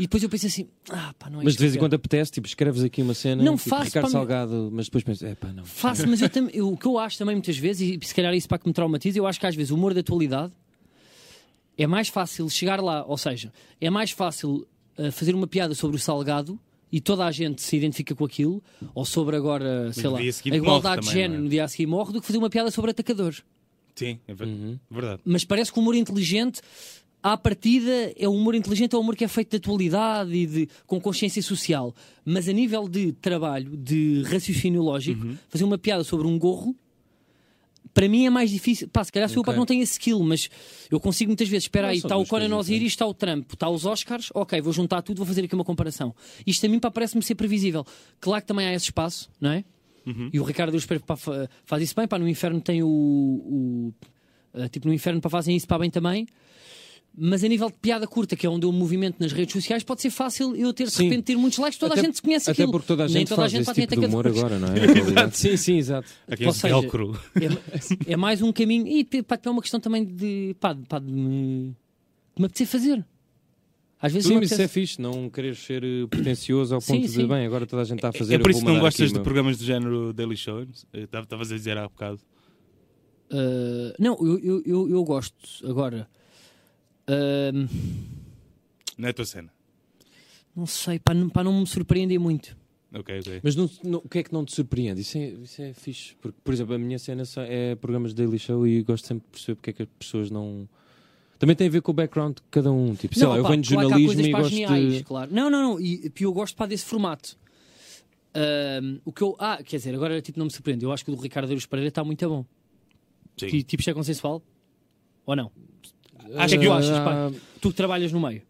e depois eu penso assim, ah, pá, não é Mas isto de vez que em eu quando apetece, tipo, escreves aqui uma cena, Não tipo, faço, Ricardo pá, Salgado, mas depois pensas, é pá, não. Faço, mas eu tam- eu- o que eu acho também muitas vezes, e se calhar é isso para que me traumatiza, eu acho que às vezes o humor da atualidade é mais fácil chegar lá, ou seja, é mais fácil ah, fazer uma piada sobre o salgado e toda a gente se identifica com aquilo, ou sobre agora, sei no lá, dia seguinte a igualdade morre de também, género não é? no dia a seguir morre, do que fazer uma piada sobre atacadores. Sim, é ver- verdade. Mas parece que o humor inteligente, à partida, é o humor inteligente, é o humor que é feito de atualidade e de, com consciência social. Mas a nível de trabalho, de raciocínio lógico, Uhum. fazer uma piada sobre um gorro, para mim é mais difícil. Pá, se calhar sou eu pá, Ok. que não tenho esse skill, mas eu consigo muitas vezes. Espera Não, aí, são está o duas Conan coisas, é. Osiris, está o Trump, está os Oscars, ok, vou juntar tudo, vou fazer aqui uma comparação. Isto a mim pá, parece-me ser previsível. Claro que também há esse espaço, não é? Uhum. E o Ricardo dos Pereira pá, fa- faz isso Ah, bem, pá, no inferno tem o. o, eh, tipo, no inferno pá, fazem isso para bem também. Mas a nível de piada curta, que é onde eu me movimento nas redes sociais, pode ser fácil eu ter, de Sim. repente, ter muitos likes. Toda Até- a gente se conhece Até aquilo. porque toda a Nem gente toda faz a gente esse bate em tipo de ataque de- humor agora, <laughs> não é? Exato. Sim, sim, exato. Aquele Ou seja, velcro. É, é mais um caminho. E te- pá, é uma questão também de. pá, de, pá, de me, de me apetecer fazer. Às vezes Sim, não mas isso apetece. é fixe, não querer ser eh, pretencioso ao Sim, ponto de sim. bem, agora toda a gente está a fazer É por eu isso que vou não mandar gostas aqui, de meu. programas do género Daily Show? Eh, tava- Estavas a dizer há bocado. Uh, não, eu, eu, eu, eu gosto. Agora, uh, Não é a tua cena. não sei, para não, pá, não me surpreender muito. Ok, ok. Mas não- não- o que é que não te surpreende? Isso é, isso é fixe. Porque, por exemplo, a minha cena só é programas de Daily Show e gosto sempre de perceber porque é que as pessoas não. Também tem a ver com o background de cada um. Tipo, sei não, lá, eu pá, venho de claro que há jornalismo coisas e para as gosto geniais, de. claro. Não, não, não. E, e eu gosto para desse formato. Uh, o que eu, ah, quer dizer, agora tipo, não me surpreende. Eu acho que o do Ricardo Aruz Pereira está muito bom. Sim. Ti- Tipo, isto é consensual? Ou não? É Acho que eu tu Ah, achas, pá, tu que trabalhas no meio.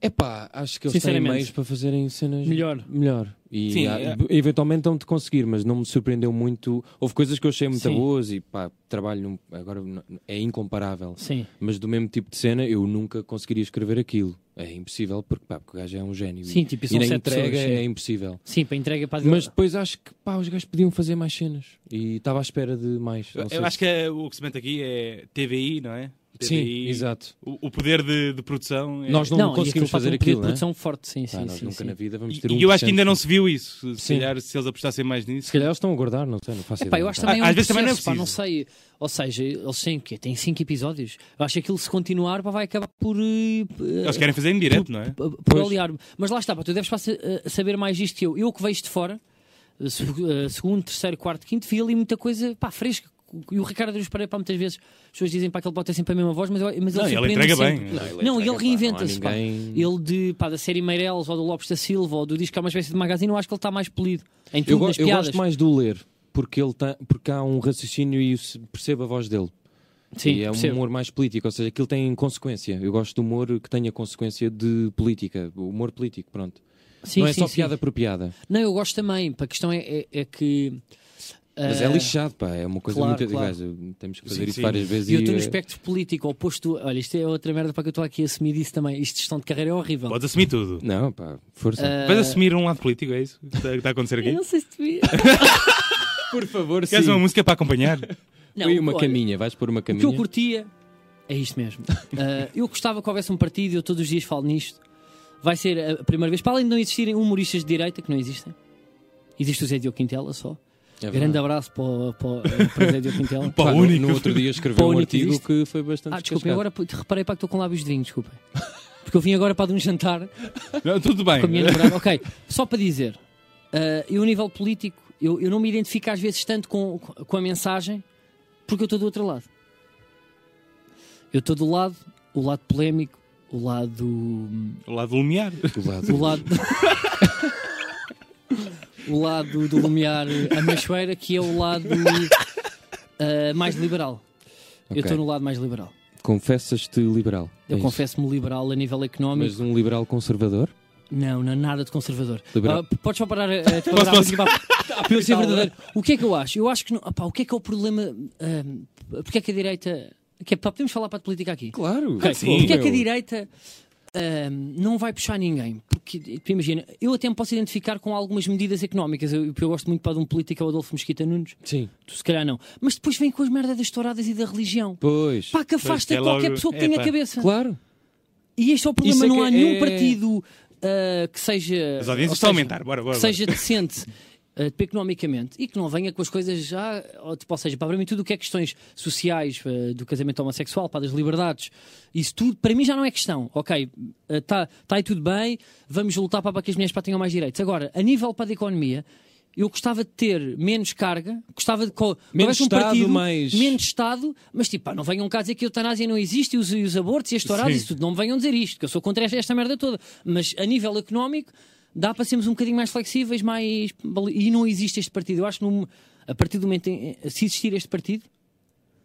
É pá, acho que eles têm Sinceramente. meios para fazerem cenas Melhor. melhor. E Sim, há- é. eventualmente estão de conseguir, mas não me surpreendeu muito. Houve coisas que eu achei muito Sim. boas e pá, trabalho num- agora não- é incomparável. Sim. Mas do mesmo tipo de cena eu nunca conseguiria escrever aquilo. É impossível porque, pá, porque o gajo é um gênio. Sim, tipo, e são na sete entrega pessoas, sim. é impossível. Sim, para entrega é para Mas depois acho que pá, os gajos podiam fazer mais cenas e estava à espera de mais. Não sei Eu acho que é- o que se mete aqui é TVI, não é? se- Sim, TVI. exato. O, o poder de, de produção. É... Nós não, e conseguimos aquilo, pá, tem fazer um poder aquilo, de né? produção forte, sim, Pá, sim, nós sim, nunca sim. na vida vamos E, ter um e eu acho que ainda não se... se viu isso. Se Sim. calhar, se eles apostassem mais nisso. calhar eles estão a guardar, não sei, não faço Epá, ideia. eu acho Pá, também é um Às vezes processo, também não é pá, não preciso. sei. Ou seja, eles têm o quê? Têm 5 episódios? Eu acho que aquilo se continuar pá, vai acabar por, eh, Eles querem fazer em direto, não é? por, Pois. aliar-me. Mas lá está, pá, tu deves pá, sa- eh, saber mais disto que eu. Eu que vejo de fora, eh, se- eh, segundo, terceiro, quarto, quinto, vi ali muita coisa pá, fresca. E o Ricardo Aruz Pereira, pá, muitas vezes as pessoas dizem pá, que ele pode ter sempre a mesma voz, mas, eu- mas Não, ele, ele surpreende entrega sempre. bem. Não, Não, ele entrega, pá, não há reinventa-se. pá. ninguém- Ele de, pá, da série Meireles ou do Lopes da Silva ou do disco que é uma espécie de magazine, eu acho que ele está mais polido. Em tudo, Eu, go- nas eu piadas. gosto mais do ler, porque, ele tá, porque há um raciocínio e eu se- percebo a voz dele. Sim, e é um percebo. humor mais político, ou seja, aquilo tem consequência. Eu gosto de humor que tenha consequência de política, humor político, pronto. Sim, não é sim, só sim. piada por piada. Não, eu gosto também. pá, A questão é, é- é que. Mas ah, é lixado, pá, é uma coisa claro, muito. claro. Gajo, temos que fazer Sim, isso sim. várias vezes. E eu estou e, no eh, espectro político oposto. Olha, isto é outra merda para que eu estou aqui a assumir isso também. Isto de gestão de carreira é horrível. Podes assumir tudo. Não, pá, força. Ah, Vais assumir um lado político, é isso que está, que está a acontecer <laughs> eu aqui? não sei se <laughs> devia. por favor, Queres uma música para acompanhar? Não, Foi uma olha, caminha, vais pôr uma O que caminha. eu curtia é isto mesmo. Ah, eu gostava que houvesse um partido, eu todos os dias falo nisto. Vai ser a primeira vez, para além de não existirem humoristas de direita, que não existem. Existe o Zé Diogo Quintela só. É verdade. Grande abraço para, o- para, o- para o Zé <laughs> Diogo Quintela. Pá, Pá, no- único. No, <laughs> outro dia Pá, escreveu um único artigo existe. que foi bastante. Ah, desculpem, descascado. agora puto, reparei para que estou com lábios de vinho, desculpem. Porque eu vim agora para de um jantar Não, tudo bem. com a minha <laughs> namorada. Ok, só para dizer, ah, eu, a nível político, eu, eu não me identifico às vezes tanto com, com a mensagem, porque eu estou do outro lado. Eu estou do lado, o lado polémico, o lado. hum, O lado lumiar. Do lado. O lado. <laughs> o lado do lumiar a machoeira, que é o lado ah, mais liberal. Eu Ok. estou no lado mais liberal. Confessas-te liberal. É Eu isso. confesso-me liberal a nível económico. Mas um liberal conservador? Não, não, nada de conservador. Liberal. Ah, p- podes só parar a, <laughs> a, Posso, posso. <laughs> Então, para eu ser verdadeiro. O que é que eu acho? Eu acho que não, opá, o que é que é o problema? ahm, porque é que a direita. Que é, pá, podemos falar para a política aqui. Claro. Ok, porque é que a direita ahm, não vai puxar ninguém? Porque, tipo, imagina, eu até me posso identificar com algumas medidas económicas. Eu, eu gosto muito pá, de um político, é o Adolfo Mesquita Nunes. Sim. Tu se calhar não. Mas depois vem com as merdas das touradas e da religião. Pois. Pá, que afasta que é qualquer logo- pessoa que é, tenha pá. cabeça. Claro. E este é o problema, Isso é não que há é- nenhum partido ah, que seja. As audiências ou estão a seja, aumentar. Bora, bora. Que seja decente. ah, tipo, economicamente e que não venha com as coisas já, ou, tipo, ou seja, pá, para mim tudo o que é questões sociais ah, do casamento homossexual, pá, das liberdades, isso tudo para mim já não é questão. Ok, está tá aí tudo bem, vamos lutar pá, para que as mulheres pá, tenham mais direitos. Agora, a nível para da economia, eu gostava de ter menos carga, gostava de co- que Menos houvesse um Estado, partido, mais- menos Estado, mas tipo, pá, não venham cá dizer que a eutanásia não existe e os, e os abortos e as touradas Sim. e tudo. Não me venham dizer isto, que eu sou contra esta, esta merda toda. Mas a nível económico, dá para sermos um bocadinho mais flexíveis, mais. E não existe este partido. Eu acho que num- a partir do momento em. Se existir este partido,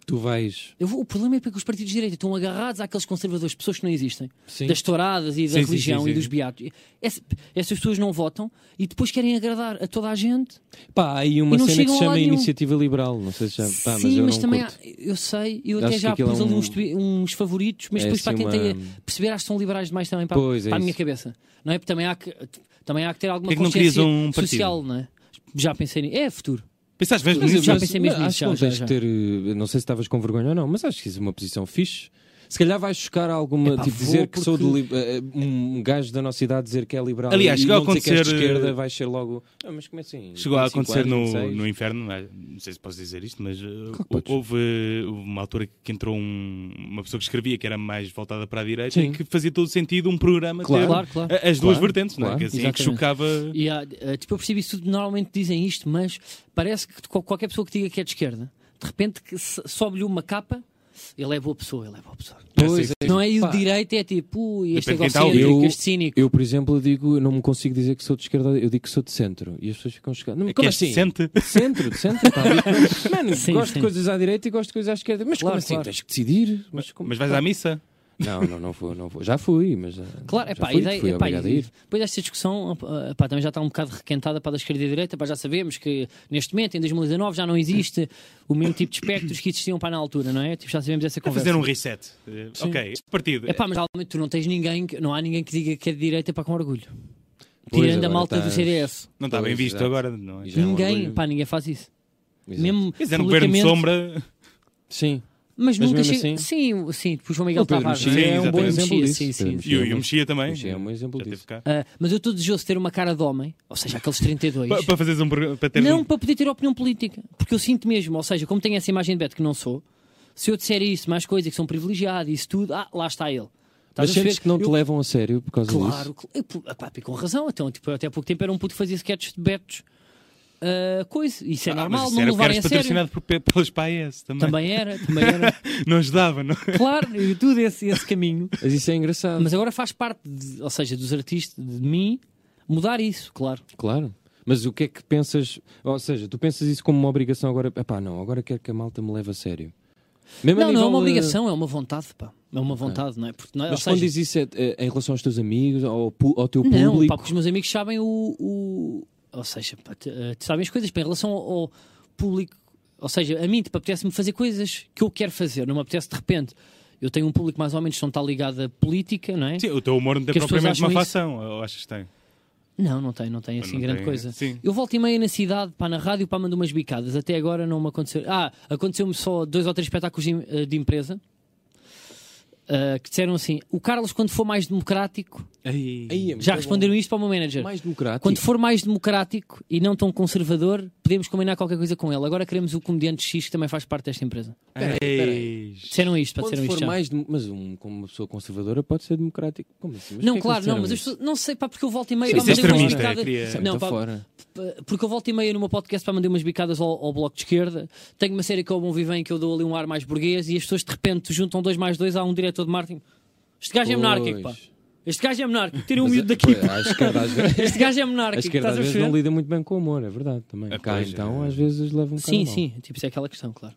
Tu vais. Eu vou- o problema é porque os partidos de direita estão agarrados àqueles conservadores, pessoas que não existem, Sim. das touradas e da Sim, sim, religião sim, e sim. dos beatos. Essa- essas pessoas não votam e depois querem agradar a toda a gente. Pá, há aí uma E não cena que chegam se a chama lado nenhum. Iniciativa Liberal. Não sei se já. Pá, Tá, mas Sim, eu mas não também curto. há- eu sei, eu Acho até que já aquilo é pus um- ali uns, twi- uns favoritos, mas É depois para assim quem uma- tem a perceber, acho que são liberais demais também para, Pois, é para a minha isso. É cabeça. Não é? Porque também há que, também há que ter alguma Porquê que não consciência crias um partido? social, não é? Já pensei nisso. É futuro. Pensaste, vens Mas eu nisso? já pensei mesmo não, nisso, acho que já, não já, tens já. de ter. eh, Não sei se estavas com vergonha ou não, mas acho que isso é uma posição fixe. Se calhar vais chocar alguma. Epá, tipo, vou dizer que sou de porque- li- eh, um gajo da nossa idade dizer que é liberal. Aliás, e chegou a não dizer que és de acontecer, eh, esquerda, vais ser logo. Ah, mas como assim? Chegou a 25 acontecer no, anos, 26? no inferno, não, é? Não sei se posso dizer isto, mas uh, que podes. houve, uh, houve uma altura que entrou um- uma pessoa que escrevia que era mais voltada para a direita Sim. e que fazia todo sentido um programa Claro, ter claro, claro. a- as duas Claro, vertentes, não é? claro. Que, assim, é que Exatamente. chocava. E há, eh, tipo, eu percebi isso tudo, normalmente dizem isto, mas parece que qual- qualquer pessoa que diga que é de esquerda, de repente que se- sobe-lhe uma capa, ele é boa pessoa, ele é boa pessoa. Pois é. Não é e o Pá. direito, é tipo, ui, este é Depende de quem tá está a egocêntrico, ouvir. este cínico. Eu, por exemplo, digo, eu não me consigo dizer que sou de esquerda, eu digo que sou de centro. E as pessoas ficam chocadas. Não, É mas que como é assim? decente. De centro, de centro. <laughs> pá. Mano, Sim, gosto sim. de coisas à direita e gosto de coisas à esquerda. Mas Claro, como assim? claro. Tens que decidir. Mas, como... Mas vais à missa? Não, não, não vou, não vou. Já fui, mas. já- Claro, já é pá, a fui, ideia. fui epá, obrigado a e- ir. depois desta discussão, ah, pá, também já está um bocado requentada para a esquerda e a direita, pá, já sabemos que neste momento, em 2019, já não existe o mesmo tipo de espectros que existiam para na altura, não é? Tipo, já sabemos essa Para conversa. fazer um reset. Eh, Ok, este partido. É pá, mas realmente tu não tens ninguém, que- não há ninguém que diga que é de direita para com orgulho. Pois, Tirando a agora malta do estás- CDS. Não está bem Pois, visto exato. agora, não é? Já é um ninguém, orgulho. pá, ninguém faz isso. Exato. Mesmo Quiser um governo de publicamente, sombra. Sim. Mas, Mas nunca mesmo chega- assim- Sim, sim, depois o Miguel O Pedro Tavares. Mexia não é um bom Pedro exemplo Mexia, disso. sim, sim. Pedro E o e o Mexia também. Mexia é um exemplo Já teve disso. cá. Ah, mas eu estou desejoso de ter uma cara de homem, ou seja, aqueles 32. Pa- Para fazeres um programa. Para teres É Não um- para poder ter opinião política. Porque eu sinto mesmo, ou seja, como tenho essa imagem de Beto que não sou, se eu disser isso, mais coisas que são privilegiados, isso tudo, ah, lá está ele. Mas Estás a perceber? sentes que não te Eu- levam a sério por causa Claro, disso? cl- eu, pô, pá, e com razão. Então, tipo, eu até há pouco tempo era um puto que fazia sketches de Betos. ah, coisa, isso é Ah, normal, mas isso não me era porque levarem eras a sério. patrocinado por, pe- pelas PAES é? também. Também era, também era. <laughs> Não ajudava, não? é? claro, e tudo esse, esse caminho. Mas isso é engraçado. Mas agora faz parte, de- ou seja, dos artistas, de mim, mudar isso, claro. Claro. Mas o que é que pensas? Ou seja, tu pensas isso como uma obrigação agora? Epá, não, agora quero que a malta me leve a sério. Mesmo a não, não é nível, uma eh, obrigação, é uma vontade, pá. É uma vontade, não é? Porque, não é- ou Mas seja, quando diz isso é, é, em relação aos teus amigos, ao, pu- ao teu Não, público? pá, porque os meus amigos sabem o. o- ou seja, pá, te- eh, te sabem as coisas. Pá, em relação ao, ao público. Ou seja, a mim, tipo, apetece-me fazer coisas que eu quero fazer, não me apetece de repente. Eu tenho um público mais ou menos que não está ligado à política, não é? Sim, o teu humor não tem Que as pessoas propriamente uma acham isso. fação, ou achas que tem? Não, não tem, não tem assim Não grande tem, coisa. sim. Eu volto e meia na cidade, pá, na rádio, pá, mando umas bicadas. Até agora não me aconteceu. Ah, aconteceu-me só dois ou três espetáculos de, eh, de empresa ah, que disseram assim: o Carlos, quando for mais democrático, Aí é muito já bom. responderam isto para o meu manager. Mais democrático. Quando for mais democrático e não tão conservador, podemos combinar qualquer coisa com ele. Agora queremos o comediante X que também faz parte desta empresa. Disseram isto, pode Quando ser um isto. for já. mais, dem- mas um, como uma pessoa conservadora pode ser democrático. Como assim? Mas Não, porquê que claro, eles não, disseram mas as isso? pessoas- não sei, pá, porque eu volto e meia. Isso pá, é mandei umas extremista, bicadas- eu queria- Isso é Não, muito pá, fora. porque eu volto e meia no meu podcast para mandei umas bicadas ao, ao bloco de esquerda. Tenho uma série que é o Bom Vivem que eu dou ali um ar mais burguês e as pessoas de repente juntam dois mais dois a um diretor de marketing. Este gajo é monárquico, pá. Pois. Este gajo é monárquico. Tirem o Mas, miúdo daqui. pois, pá. à esquerda, às <laughs> vezes- Este gajo é A monárquico. esquerda Estás às a vezes não perceber? lida muito bem com o humor, é verdade também. Ah, Cá pois, então, é. às vezes leva um bocado Sim, mal. sim. Tipo, isso é aquela questão, claro.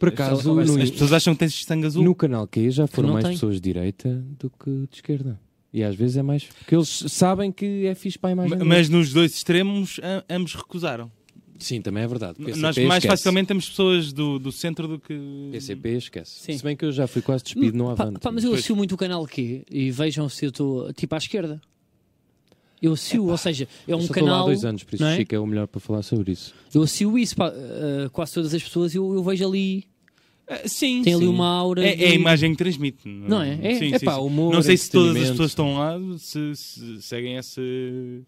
Por acaso, Aquela no, As pessoas acham que tens sangue azul. no canal Q já foram não mais tem. pessoas de direita do que de esquerda. E às vezes é mais. Porque eles sabem que é fixe para a imagem. Ma- Mas nos dois extremos, a- ambos recusaram. deles. Sim, também é verdade. PCP Nós mais esquece. facilmente temos pessoas do, do centro do que. PCP esquece. Sim. Se bem que eu já fui quase despido no Hum, Pá, Avante. pá, mas eu Pois. assumo muito o canal Q e vejam se eu estou tipo à esquerda. Eu assumo, ou seja, é Eu um só estou lá há canal. dois anos, por isso não o é? Chico é o melhor para falar sobre isso. Eu assumo isso, pá, eh, quase todas as pessoas eu, eu vejo ali. Ah, sim. Tem ali sim. uma aura. É, é a de- imagem que transmite. Não é? É. Sim, sim, Epá, sim. humor, não sei se todas as entretenimento. pessoas estão lá, se, se seguem esse.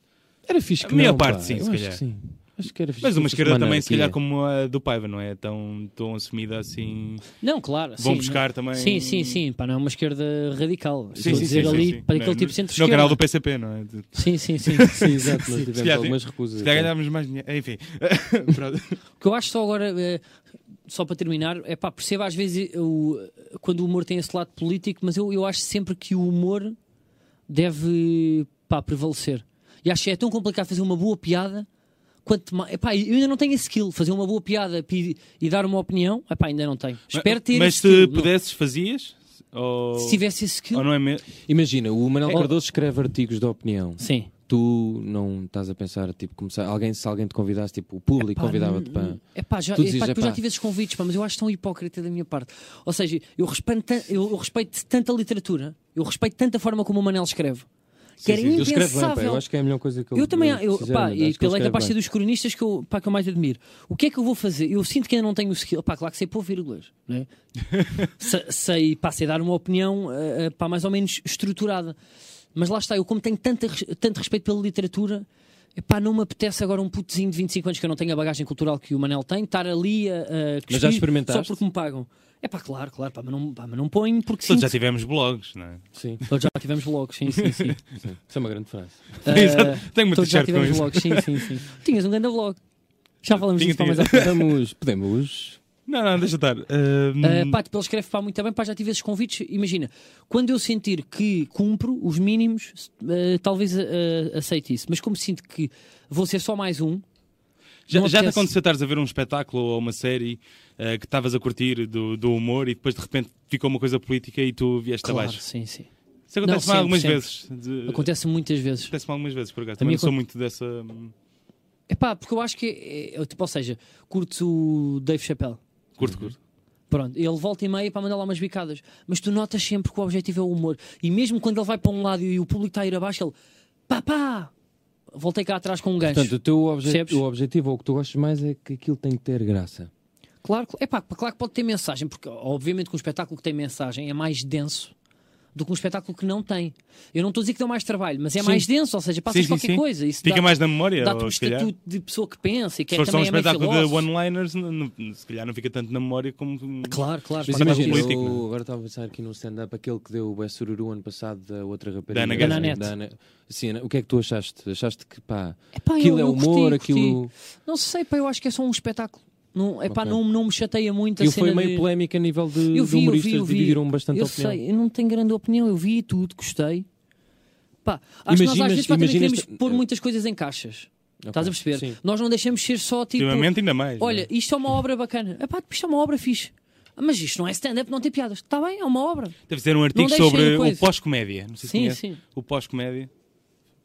Era fixe A que maior não, pá. parte, sim, Eu se acho calhar. que sim. Acho que era fixe. Mas que uma fosse esquerda também, se calhar, anarquia. como a do Paiva, não é? Tão, tão assumida assim. Não, claro. Vão sim, buscar não- também. Sim, sim, sim. Pá, não é uma esquerda radical. Sim, Estou a sim, dizer sim, ali sim, sim. para Não, aquele tipo no- centro No esquerda. canal do PCP, não é? De- Sim, <laughs> sim, sim. <laughs> Sim, exato, mas tivemos calhar- algumas recusas. Se calhar até. ganhávamos mais dinheiro. Enfim. <laughs> Pronto. O que eu acho só agora, eh, só para terminar, é pá, perceba às vezes eh, o- quando o humor tem esse lado político, mas eu, eu acho sempre que o humor deve pá, prevalecer. E acho que é tão complicado fazer uma boa piada quanto mais. Epá, eu ainda não tenho esse skill. Fazer uma boa piada pi- e dar uma opinião, epá, ainda não tenho. Espero ter Mas esse se skill. Não. pudesses, fazias? Ou... Se tivesse esse skill. Ou não é mesmo? Imagina, o Manuel É- Cardoso escreve artigos de opinião. Sim. Tu não estás a pensar, tipo, começar. Alguém, se alguém te convidasse, tipo, o público convidava-te para. É pá, já, Tu epá, dizes, depois epá. já tive esses convites, pá, mas eu acho tão hipócrita da minha parte. Ou seja, eu respeito, tan- eu, eu respeito tanto a literatura, eu respeito tanto a forma como o Manel escreve. que era Ele escreve bem, pá. impensável. Eu acho que é a melhor coisa que ele Eu também, eu, pá, sinceramente, e acho que ele pela escreve capacidade bem. dos cronistas que eu, pá, que eu mais admiro. O que é que eu vou fazer? Eu sinto que ainda não tenho o skill. Pá, claro que sei pôr vírgulas, <laughs> né? sei, sei, pá, sei dar uma opinião eh, eh, pá, mais ou menos estruturada. Mas lá está, eu como tenho tanta res- tanto respeito pela literatura, pá, não me apetece agora um putezinho de 25 anos que eu não tenho a bagagem cultural que o Manel tem, estar ali a, a cuspir já experimentaste? só porque me pagam. É pá, claro, claro, pá, mas não, pá, mas não ponho porque sim. Todos já tivemos blogs, não <laughs> é? Sim, Todos já tivemos logo, sim, <laughs> sim, sim. sim. Isso é uma grande frase. Ah, Exato. Tenho uma Todos já t-shirt com tivemos isso. vlogs, sim, <laughs> sim, sim. Tinhas um grande vlog. Já falamos Tinha, disso para tinha. mais à frente. Podemos. podemos... Não, não, deixa estar. Ehm, <laughs> Ah, Ahm, pá, tipo, ele escreve pá, muito bem, pá, já tive esses convites. Imagina, quando eu sentir que cumpro os mínimos, ah, talvez ah, aceite isso. Mas como sinto que vou ser só mais um, já, não já te apetece. aconteceu estares a ver um espetáculo ou uma série ah, que estavas a curtir do, do humor e depois de repente ficou uma coisa política e tu vieste claro, abaixo? sim, sim. Isso acontece-me sempre, algumas sempre. vezes. De- Acontece muitas vezes. Acontece-me algumas vezes, por acaso. Também não mim sou muito dessa. hum, É pá, porque eu acho que, é- é- tipo, ou seja, curtes o Dave Chappelle. Curto, curto. Pronto, ele volta e meia para mandar lá umas bicadas. Mas tu notas sempre que o objetivo é o humor. E mesmo quando ele vai para um lado e o público está a ir abaixo, ele pá pá! Voltei cá atrás com um gancho. Portanto, o teu obje- Percebes? o objetivo, ou o que tu gostas mais, é que aquilo tem que ter graça. Claro, que- é pá, claro que pode ter mensagem, porque obviamente que um espetáculo que tem mensagem é mais denso do que um espetáculo que não tem. Eu não estou a dizer que deu mais trabalho, mas é Sim. mais denso, ou seja, passas Sim, sim, qualquer sim. coisa. Isso Fica dá- mais na memória, Dá-te um ou se calhar. estatuto de pessoa que pensa e que Se é for só um também é meio espetáculo de filósofo. one-liners, n- n- se calhar não fica tanto na memória como. Claro, claro. Mas Mas um claro. imagina, político, eu não agora estava a pensar aqui num stand-up, aquele que deu o Bé Sururu ano passado da outra rapariga. Da Ana Guerra. Da Net. Nanete. Sim, Ana- o que é que tu achaste? Achaste que, pá, Epá, eu- aquilo é eu curti, humor, curti. aquilo... Não sei, pá, eu acho que é só um espetáculo. Não, é pá, Ok. não, não me chateia muito a E cena foi meio de... polémica a nível de, Eu de vi, eu humoristas, vi, eu vi. dividiram bastante eu a opinião. sei, eu não tenho grande opinião, eu vi tudo, gostei. Pá, acho que nós às Imaginas- vezes pá, também imaginas- queremos pôr muitas coisas em caixas. Estás a perceber? Sim. Nós não deixamos ser só tipo. Ultimamente ainda mais. Olha, né? isto é uma obra bacana. Epá, isto é uma obra fixe. Ah, Mas isto não é stand-up, não tem piadas. Está bem, é uma obra. Deve ser um artigo deixem sobre o coisa. pós-comédia. Não sei se Sim, conhece. sim. O pós-comédia.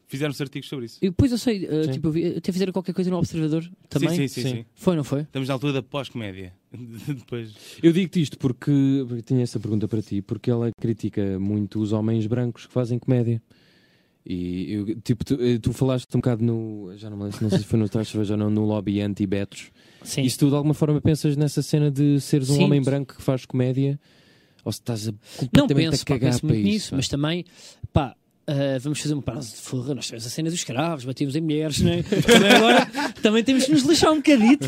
Fizeram-se artigos sobre isso. E depois eu sei, eh, Sim. tipo, eu vi, até fizeram qualquer coisa no Observador também. Sim, sim, sim, Sim. sim. Foi, não foi? Estamos na altura da pós-comédia. <laughs> Depois. Eu digo-te isto porque, porque tinha essa pergunta para ti, porque ela critica muito os homens brancos que fazem comédia. E eu, tipo, tu, eh, tu falaste um bocado no. Já não me lembro, não sei se foi no Tarso ou não, no lobby anti-betos. Sim. Isso tu de alguma forma pensas nessa cena de seres um Sim. homem branco que faz comédia? Ou se estás a não completamente penso, a pá, cagar penso para muito isso? nisso, pá? mas também, pá. eh, vamos fazer uma parada de forra. Nós tivemos a cena dos escravos, batíamos em mulheres, não é? também agora também temos que nos lixar um bocadito.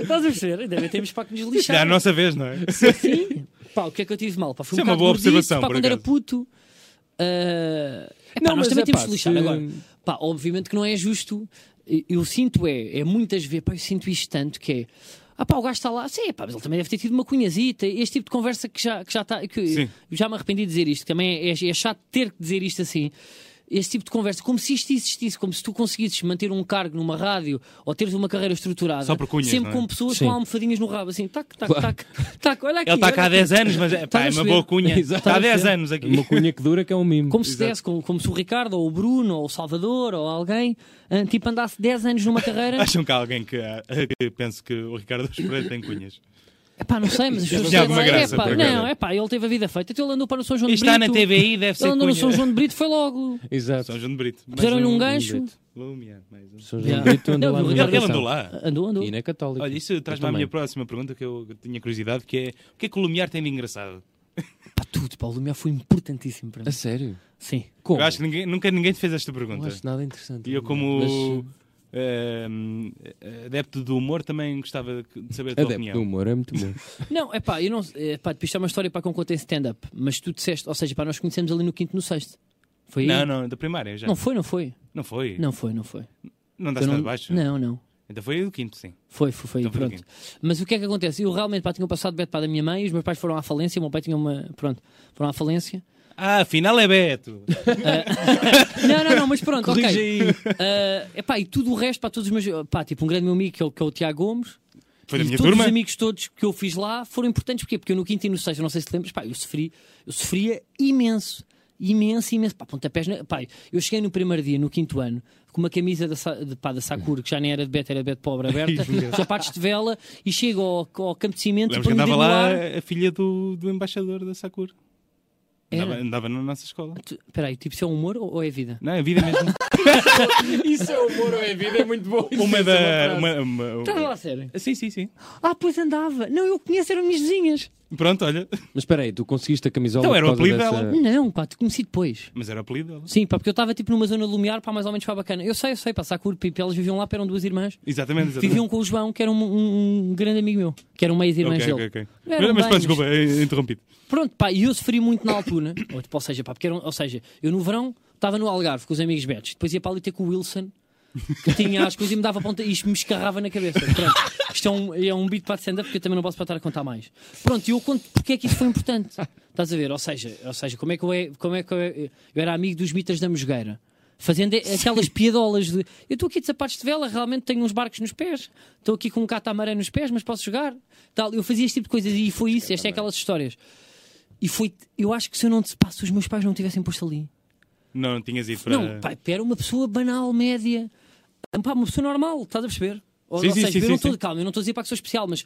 Estás a perceer? Também temos para que nos Já é a lixar. nossa vez, não é? Sim. Pá, o que é que eu tive mal? Pá, fui Isso um é uma bocado boa gordito, observação, pá, por quando era acaso. puto. Eh, epá, Não, nós mas também é temos pá, de lixar se- <laughs> agora. Pá, obviamente que não é justo. E- Eu sinto, é, é muitas vezes, pá, eu sinto isto tanto que é. Ah pá, o gajo está lá, sim, pá, mas ele também deve ter tido uma cunhazita. Este tipo de conversa que já, que já está. Que eu Sim. já me arrependi de dizer isto, que também é, é chato ter que dizer isto assim. Este tipo de conversa, como se isto existisse, como se tu conseguisses manter um cargo numa rádio ou teres uma carreira estruturada, Só por cunhas, sempre não é? com pessoas Sim. com almofadinhas no rabo, assim, tac, tac, Claro. tac, tac, olha aqui. Ele está cá há olha aqui. 10 anos, mas é, Estás pá, a é uma perceber? boa cunha. Exato. Está há 10 Estás a anos aqui. Uma cunha que dura que é um mimo. Como se desse, como, como se o Ricardo ou o Bruno ou o Salvador ou alguém ah, tipo andasse 10 anos <laughs> numa carreira. Acham que há alguém que, ah, que pense que o Ricardo Espreito tem cunhas? Epá, não sei, mas as pessoas tinha alguma dizem, graça, "Epá, por acaso. não, é pá, ele teve a vida feita. Então ele andou para o São João de Está na Brito. TVI, deve ele ser andou no São cunha. João de Brito, foi logo. Exato. São João de Brito. Mais Puseram-lhe um um gancho. Brito. Vou mear, mais um. São João Já. Brito andou Não, lá eu na vi o Ele ele Ricardo andou educação. lá. Andou, andou. E na Católica. Olha, isso traz-me à também. minha próxima pergunta que eu tinha curiosidade, que é o que é que o Lumiar tem de engraçado? Pá, tudo, Paulo Lumiar foi importantíssimo para mim. A sério? Sim. Como? Eu acho que ninguém- nunca ninguém te fez esta Não pergunta. acho nada interessante. E eu como eh, adepto do humor também gostava de saber a tua Adepto do opinião. humor, é muito bom. <laughs> Não, é pá, eu não. É pá, depois isto é uma história para quem conta em stand-up. Mas tu disseste, ou seja, pá, nós conhecemos ali no quinto no sexto. Foi aí? Não, não, da primária já. Não Não, foi, não foi. foi? Não, Não foi, não foi. andaste Eu lá não- de baixo? Não, não. Então foi o quinto, sim. Foi, foi, foi. Então foi pronto. Mas o que é que acontece? Eu realmente pá, tinha passado de beto para da minha mãe, os meus pais foram à falência, o meu pai tinha uma. Pronto, foram à falência. Ah, afinal é Beto. Não, não, não, mas <laughs> pronto, ok. Corrige aí. Ah, epá, e tudo o resto, para todos os meus. Pá, tipo, um grande meu amigo que é o, que é o Tiago Gomes. Foi da e minha todos turma. os amigos todos que eu fiz lá foram importantes. Porquê? Porque eu no quinto e no sexto, não sei se te lembras, pá, eu, sofri, eu sofria imenso. Imenso, imenso. Pá, pontapés. Na... Pá, eu cheguei no primeiro dia, no quinto ano, com uma camisa da, Sa- de, pá, da Sakura, que já nem era de Beto, era de Beto <laughs> Pobre aberta, sapatos de vela, e chego ao, ao campo de cimento e Lembro que ponho o andava dedo no lá ar. a filha do, do embaixador da Sakura. Era? Andava, andava na nossa escola. Tu- É. Espera aí, tipo, isso é um humor ou, ou é vida? Não, é vida mesmo. Isso é humor ou é vida, é muito bom. uma Isso é da. uma frase. Uma, uma- Estás lá, a sério? Sim, sim, sim. Ah, pois andava. Não, eu conheço, eram minhas vizinhas. Pronto, olha. Mas espera aí, tu conseguiste a camisola Então era por o causa apelido dessa... dela. Não, pá, te conheci depois. Mas era o apelido dela. Sim, pá, porque eu estava tipo numa zona lumiar, pá, mais ou menos pá, bacana. Eu sei, eu sei, pá, Sakura e Pipi, elas viviam lá, pá, eram duas irmãs. Exatamente, exatamente. Viviam com o João, que era um, um- um grande amigo meu, que era um Ok, ex-irmãs dele. ok, ok. Mas- Eram Mas bens. pronto, desculpa, eh, interrompido. Pronto, pá, e eu sofri muito na altura. <coughs> ou, tipo, ou seja, pá, porque eram, ou seja, eu no verão estava no Algarve com os amigos betos, depois ia para ali ter com o Wilson. Que tinha as coisas e me dava ponta e isto me escarrava na cabeça. Pronto, isto é um, é um beat para a stand-up porque eu também não posso para estar a contar mais. Pronto, e eu conto porque é que isto foi importante. Estás a ver? Ou seja, ou seja como, é que eu é, como é que eu, é- eu era amigo dos mitas da Mosgueira, fazendo é- aquelas piadolas de eu estou aqui de sapatos de vela, realmente tenho uns barcos nos pés, estou aqui com um catamarã nos pés, mas posso jogar. Tal, eu fazia este tipo de coisas e foi isso, esta é aquelas histórias. E foi, eu acho que se eu não te passo, os meus pais não me tivessem posto ali. Não, não tinhas ido para. Não, pá, era uma pessoa banal, média, pá, uma pessoa normal, estás a perceber? Ou, Sim, ou sim, seja, sim, eu sim, não estou sim. calma, eu não estou a dizer para que sou especial, mas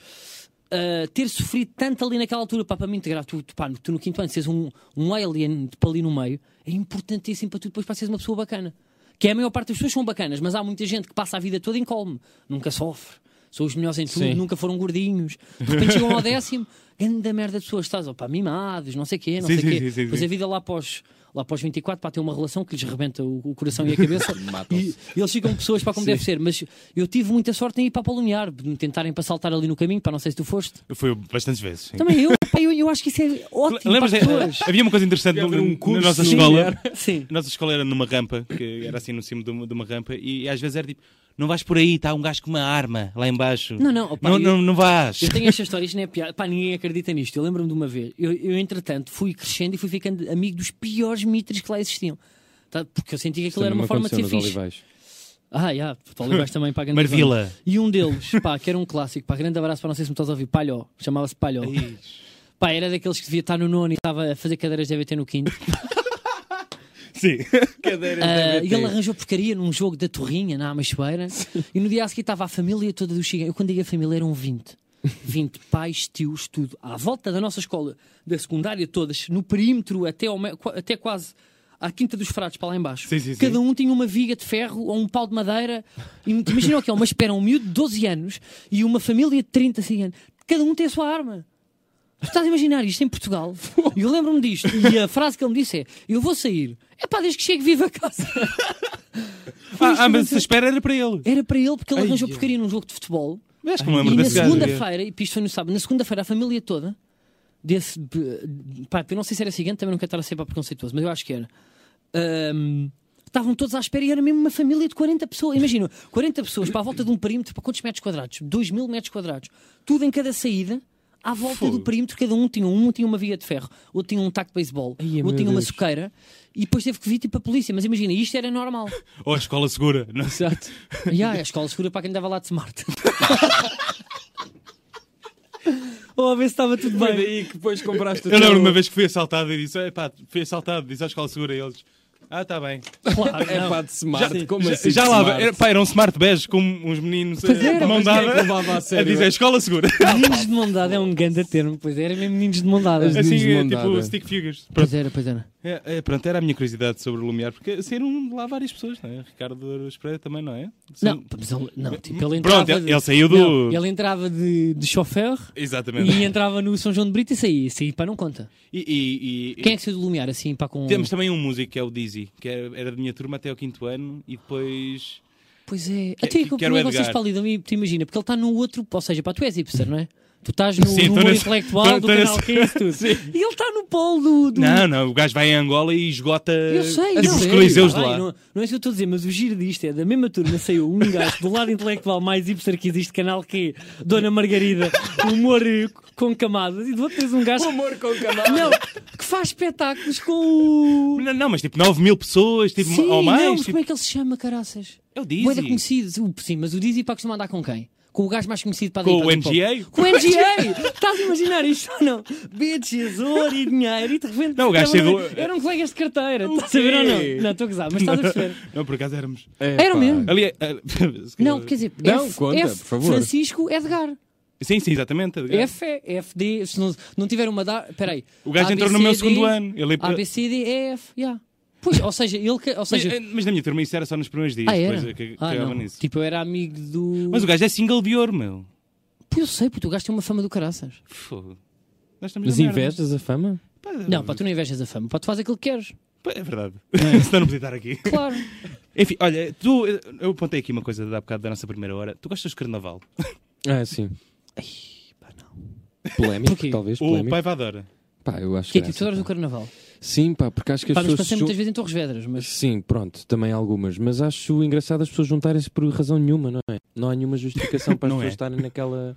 ah, ter sofrido tanto ali naquela altura pá, para me integrar, tu, tu, pá, tu no quinto ano seres um, um alien de- para ali no meio, é importantíssimo para tu depois para seres uma pessoa bacana. Que é a maior parte das pessoas são bacanas, mas há muita gente que passa a vida toda incólume, nunca sofre, são os melhores em tudo, Sim. nunca foram gordinhos, de repente chegam ao décimo, grande merda de pessoas, estás, ó, pá, mimados, não sei o quê, não Sim, sei o sim, quê. sim, sim, Depois sim. a vida lá pós, lá pós 24 para ter uma relação que lhes rebenta o, o coração e a <laughs> cabeça e, e eles ficam pessoas para como deve ser mas eu tive muita sorte em ir para a Lumiar de me tentarem para saltar ali no caminho para não sei se tu foste Foi bastantes vezes. sim. também eu pá, eu, eu acho <laughs> que isso é ótimo para as Lembras? <laughs> pessoas eh, Havia uma coisa interessante Havia no- um curso na nossa no escola. Lumiar. sim A nossa escola era numa rampa, que era assim no cimo de uma, de uma rampa, e às vezes era tipo: não vais por aí, está um gajo com uma arma lá embaixo. Não, não, opa, não, eu- não, não vais. eu tenho esta história, isto não é piada. Pá, ninguém acredita nisto. Eu lembro-me de uma vez. Eu, eu, entretanto, fui crescendo e fui ficando amigo dos piores mitras que lá existiam. Tá? Porque eu senti que aquilo Também era uma me forma de ser aconteceu nos fixe. Olivais. Ah, já, talvez também paga Marvila. E um deles, <laughs> pá, que era um clássico, pá, grande abraço para não sei se me estás a ouvir, Palhó, chamava-se Palhó. Pá, era daqueles que devia estar no nono e estava a fazer cadeiras de EBT no quinto. Sim. Cadeiras Ah, da e ele arranjou porcaria num jogo da Torrinha, <laughs> na Amachoeira. e no dia a seguir estava a família toda do Chiga. Eu quando digo a família eram 20. 20 <laughs> pais, tios, tudo. À volta da nossa escola, da secundária todas, no perímetro até, ao me- qua- até quase à Quinta dos Frados, para lá embaixo. Sim, sim, sim. Cada um tinha uma viga de ferro ou um pau de madeira. E imagina o que é, uma espera, um miúdo de 12 anos e uma família de 30 anos. Cada um tem a sua arma. Tu estás a imaginar isto em Portugal? E eu lembro-me disto. E a frase que ele me disse é: Eu vou sair. É pá, desde que chegue vivo a casa. <laughs> Ah, ah, mas se espera era para ele. Era para ele, porque ele Ai, arranjou eu. porcaria num jogo de futebol. Mas acho que me lembro E na desse gajo. segunda-feira, e isto foi no sábado, na segunda-feira a família toda, desse. b- Pá, eu não sei se era seguinte, também não quero estar a ser pá, preconceituoso, mas eu acho que era. Ahm, Estavam todos à espera e era mesmo uma família de 40 pessoas. Imagina, 40 pessoas para a volta de um perímetro, para quantos metros quadrados? 2 mil metros quadrados. Tudo em cada saída, à volta Fogo. do perímetro, cada um tinha um, tinha uma viga de ferro, outro tinha um taco de beisebol, Ai, meu outro tinha uma Deus. suqueira, e depois teve que vir tipo a polícia. Mas imagina, isto era normal. Ou a oh, escola segura. <laughs> Não sei. Exato. Ya, é a escola segura para quem dava lá de <laughs> smart. Ou a ver se estava tudo Foi bem. daí que depois compraste o Eu lembro teu- uma vez que fui assaltado e disse: pá, fui assaltado, disse à escola segura e eles. Ah, está bem. Claro, É não. pá de smart. Como já, assim? já de lá, smart? era, pá, eram smart bege com uns meninos eh, era, de mão mas quem é que dada, levava a a sério? dizer escola segura. Meninos de mondada é um grande termo, pois era mesmo meninos de mondada. As assim, meninos de eh, mão tipo dada. stick figures. Pois era, pois era. É, é, pronto, era a minha curiosidade sobre o Lumiar, porque saíram lá várias pessoas, não é? Ricardo Espera também, não é? São- Não, mas ele, não, tipo, ele entrava. Pronto, ele, ele saiu do. Não, ele entrava de, de chofer Exatamente. e entrava no São João de Brito e saía. Isso aí, pá, não conta. E- e- e- Quem é que saiu do Lumiar assim, pá, com. Temos também um músico que é o Dizzy, que era, era da minha turma até ao quinto ano e depois. Pois é. Até que, que que, era o vocês Edgar. tá para ali, te imagina, porque ele está no outro. Ou seja, pá, tu és hipster, não é? Tu estás no Sim, tô humor nesse- intelectual tô- do tô canal nesse- 15 <laughs> tudo. E ele está no polo do... do- Não, não, o gajo vai a Angola e esgota Eu sei, não, os é, Eh, coliseus tá de lá. bem, Não, não é isso que eu estou a dizer, mas o giro disto é da mesma turma saiu um gajo do lado intelectual mais hipster que existe, canal que Dona Margarida, humor eh, com camadas, e do outro tens um gajo Humor com canal. não, que faz espetáculos com o. Não, não, mas tipo 9 mil pessoas tipo, Sim, ou mais. não, mas tipo, como é que ele se chama, caraças? É o Boeda Dizzy. conhecido. Uh, sim, mas o Dizzy para costuma andar com quem? Com o gajo mais conhecido para Com daí, o para tipo- NGA? Com o NGA! Estás a imaginar isto ou não? Bitches, ouro e dinheiro e de repente. é Não, o gajo eram- chegou- Eram colegas um de carteira. O Estás a ver ou quê? não? Não, estou a gozar, mas estás a perceber. Não, por acaso éramos. Era mesmo. Ali <laughs> é. é- se calhar- Não, quer dizer, Não, F, conta, F, por favor. Francisco é Edgar. Sim, sim, exatamente. F é FD. Se não, não tiver uma da. Espera aí. O gajo entrou no meu segundo ano. Ele- ABCDEF, yeah. Pois, ou seja, ele. que- Ou Mas, eh, seja, mas na minha turma isso era só nos primeiros dias. ah, era? Depois é que, ah, cagava não. nisso. Tipo, eu era amigo do. Mas o gajo é single bior, meu. Pô, eu sei, porque o gajo tem uma fama do caraças. Foda. Nós estamos Mas na merda. invejas a fama? Pá, é Não, pá, tu não invejas a fama, pá, tu fazes aquilo que queres. pá, É verdade. <laughs> Senão não podia estar aqui. <laughs> Claro. Enfim, olha, tu. eh, Eu apontei aqui uma coisa de há bocado da nossa primeira hora. Tu gostas de carnaval? Ah, sim. Pá, não. Polémico, Porquê? talvez. O Polémico. pai vai adora. Pá, eu acho Que é graça, tipo, tu adoras pá. o carnaval. Sim, pá, porque acho que as Pá, mas pessoas. passei ju- muitas vezes em Torres Vedras, mas. Sim, pronto, também algumas, mas acho engraçado as pessoas juntarem-se por razão nenhuma, não é? Não há nenhuma justificação para as Não é. pessoas estarem naquela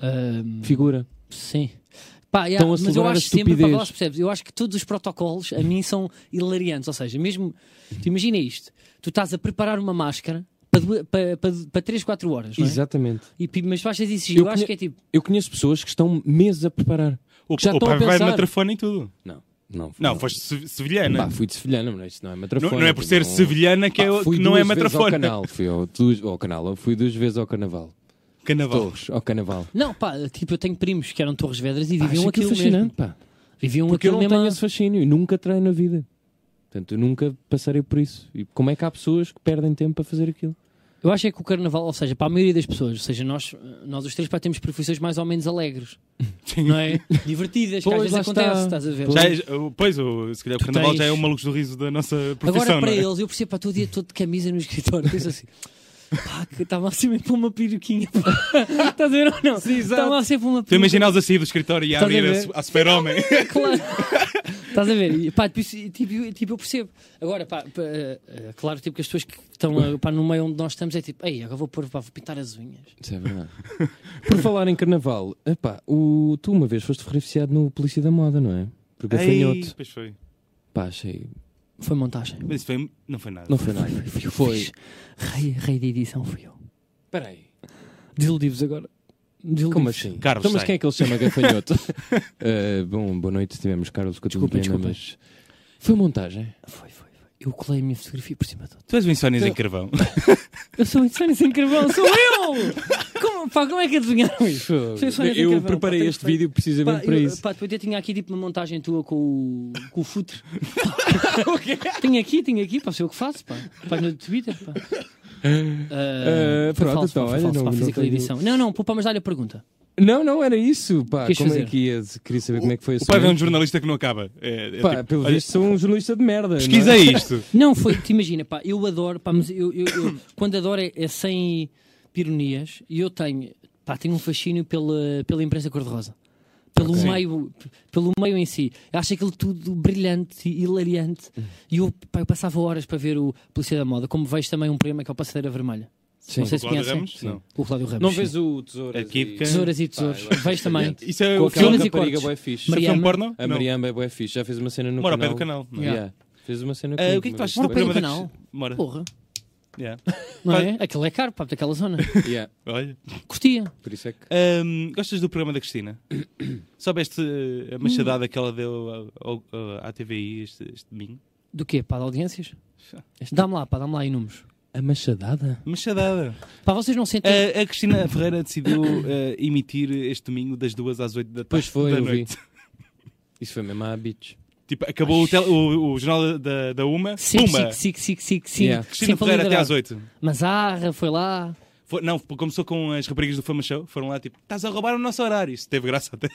ahm, figura. sim. Pá, yeah, Estão a mas eu celebrar a acho sempre, pá, é estupidez. lá se percebes, eu acho que todos os protocolos a mim são hilariantes. Ou seja, mesmo. Tu imagina isto, tu estás a preparar uma máscara para, du- para, para, para 3, 4 horas, não é? Exatamente. E, pi- mas tu achas isso Eu giro? Eu acho conhe- que é tipo. Eu conheço pessoas que estão meses a preparar. O, Já o estão pai a vai pensar. na trafona e tudo. Não, não. Não, foste se- sevilhana. Pá, fui de sevilhana, mas isto não é não, matrafona. não é por ser sevilhana que, é, Pá, o- fui que não é duas vezes Ao matrafona. canal, fui ao, duas, ao canal, eu fui duas vezes ao carnaval. Carnaval. Torres, ao carnaval. Não, pá, tipo, eu tenho primos que eram Torres Vedras e Pá, viviam acho aquilo aquilo mesmo. fascinante, pá. Viviam Porque eu aquilo não mesmo. tenho a- esse fascínio, nunca treino na vida. Portanto, eu nunca passarei por isso. E como é que há pessoas que perdem tempo para fazer aquilo? Eu acho é que o carnaval, ou seja, para a maioria das pessoas, ou seja, nós, nós os três pá, temos profissões mais ou menos alegres, Sim. <laughs> não é? Divertidas, que às Pois, vezes lá acontece, está. estás a ver? Já é- o- pois, o, se calhar o Tu carnaval já é tens- o malucos do riso da nossa profissão, Agora para não é? eles, eu percebo, pá, estou o dia todo de camisa no escritório, <laughs> penso assim, pá, que estava assim mesmo para uma peruquinha, pá. <laughs> estás a ver ou não? Estava assim para uma Tu peruquinha. imaginas a sair do escritório e a Estás a abrir a, ver? su- a super-homem. Claro. <laughs> Estás a ver? E, pá, tipo, isso- tipo, eu- tipo, eu percebo. Agora, pá, pá, eh, eh, claro, tipo, que as pessoas que estão eh, pá, no meio onde nós estamos é tipo, ei, agora vou pôr, pá, vou pintar as unhas. Isso é verdade. <laughs> Por falar em carnaval, epá, o... tu uma vez foste referenciado no Polícia da Moda, não é? Por Ei, gafanhoto. Pois foi. Pá, achei. Foi montagem. Mas isso foi, não foi nada. Não foi nada. Fui eu, Foi. fiz. Rei, rei de edição fui eu. Peraí. Desiludi-vos agora. Desiludi-vos. Como assim? Carlos, então, mas sai. quem é que ele chama gafanhoto? Ah, bom, boa noite, tivemos Carlos Coutinho Desculpa, Pena, desculpa. mas. Foi montagem. Foi, foi, foi. Eu colei a minha fotografia por cima de outra. Tu és o Insónias em Eu- Carvão. Eu sou insónio sem carvão, sou eu! Como, pá, como é que adivinharam isso? Foi só nesse Eu carvão, pá, preparei tem este feito. vídeo precisamente Pá, para eu, isso. pá, depois eu tinha aqui tipo uma montagem tua com o, com o futre. <laughs> tinha aqui, tinha aqui, pá, sei o que faço, pá. Pá, no Twitter, <laughs> pá. Ah, Ah, foi pronto, falso, então, pá, foi olha, falso, não- pá, fiz não aquela tenho- edição. Não, não, pô, pá, mas dá-lhe a pergunta. Não, não, era isso. Pá, Quis como fazer. é que ia? Queria saber como é que foi esse O pai é um momento. jornalista que não acaba. É, é Pá, tipo, pelo olha, visto sou um jornalista de merda. não é? pesquisa isto. Não, foi, te imagina, pá, eu adoro, pá, mas eu, eu- eu- <coughs> quando adoro é, é sem pironias e eu tenho, pá, tenho um fascínio pela, pela imprensa cor-de-rosa. Pelo, Ok. meio, p- pelo meio em si. Eu acho aquilo tudo brilhante e hilariante. E eu, pá, eu passava horas para ver o Polícia da Moda, como vejo também um programa que é o Passadeira Vermelha. Sim. Não sei se Cláudio conhecem. Ramos? Sim. Não. O Cláudio Ramos. Não sim. vês o tesouro. A Kid Cam? Tesouras e tesouros. Pá, eu acho vejo também. brilhante. Isso é Com o aquela filme. Tesouras e rapariga cortes. bué fixe. Isso é um Mariana. porno? A Não. Mariamba é bué fixe. Já fez uma cena no Mora ao pé canal. do canal. não é? Yeah. Fez uma cena no Ah, canal. o que é que tu achas Mora do ao pé do programa da canal? Cristina? Mora. Porra, Yeah. não é? Aquilo é caro, pá, daquela zona. Yeah. Olha. Curtia. Por isso é que... Ahm, gostas do programa da Cristina? Soubeste eh, a machadada que ela deu ao- ao- à TVI este, este domingo? Do quê? Pá, de audiências? Dá-me lá, pá, dá-me lá aí números. A machadada? Machadada. Pá, vocês não sentem. A, a Cristina Ferreira decidiu eh, emitir este domingo das duas às oito da, ta- Pois foi, da eu vi. noite. Isso foi mesmo à bitch. Tipo, acabou o, tel- o- o jornal da, da Uma. Sim, Pumba! sim, sim, sim, sim. Yeah. Cristina Ferreira até às oito. Mas Arra foi lá. Foi- não, começou com as raparigas do Fama Show. Foram lá tipo, estás a roubar o nosso horário. Isso teve graça até.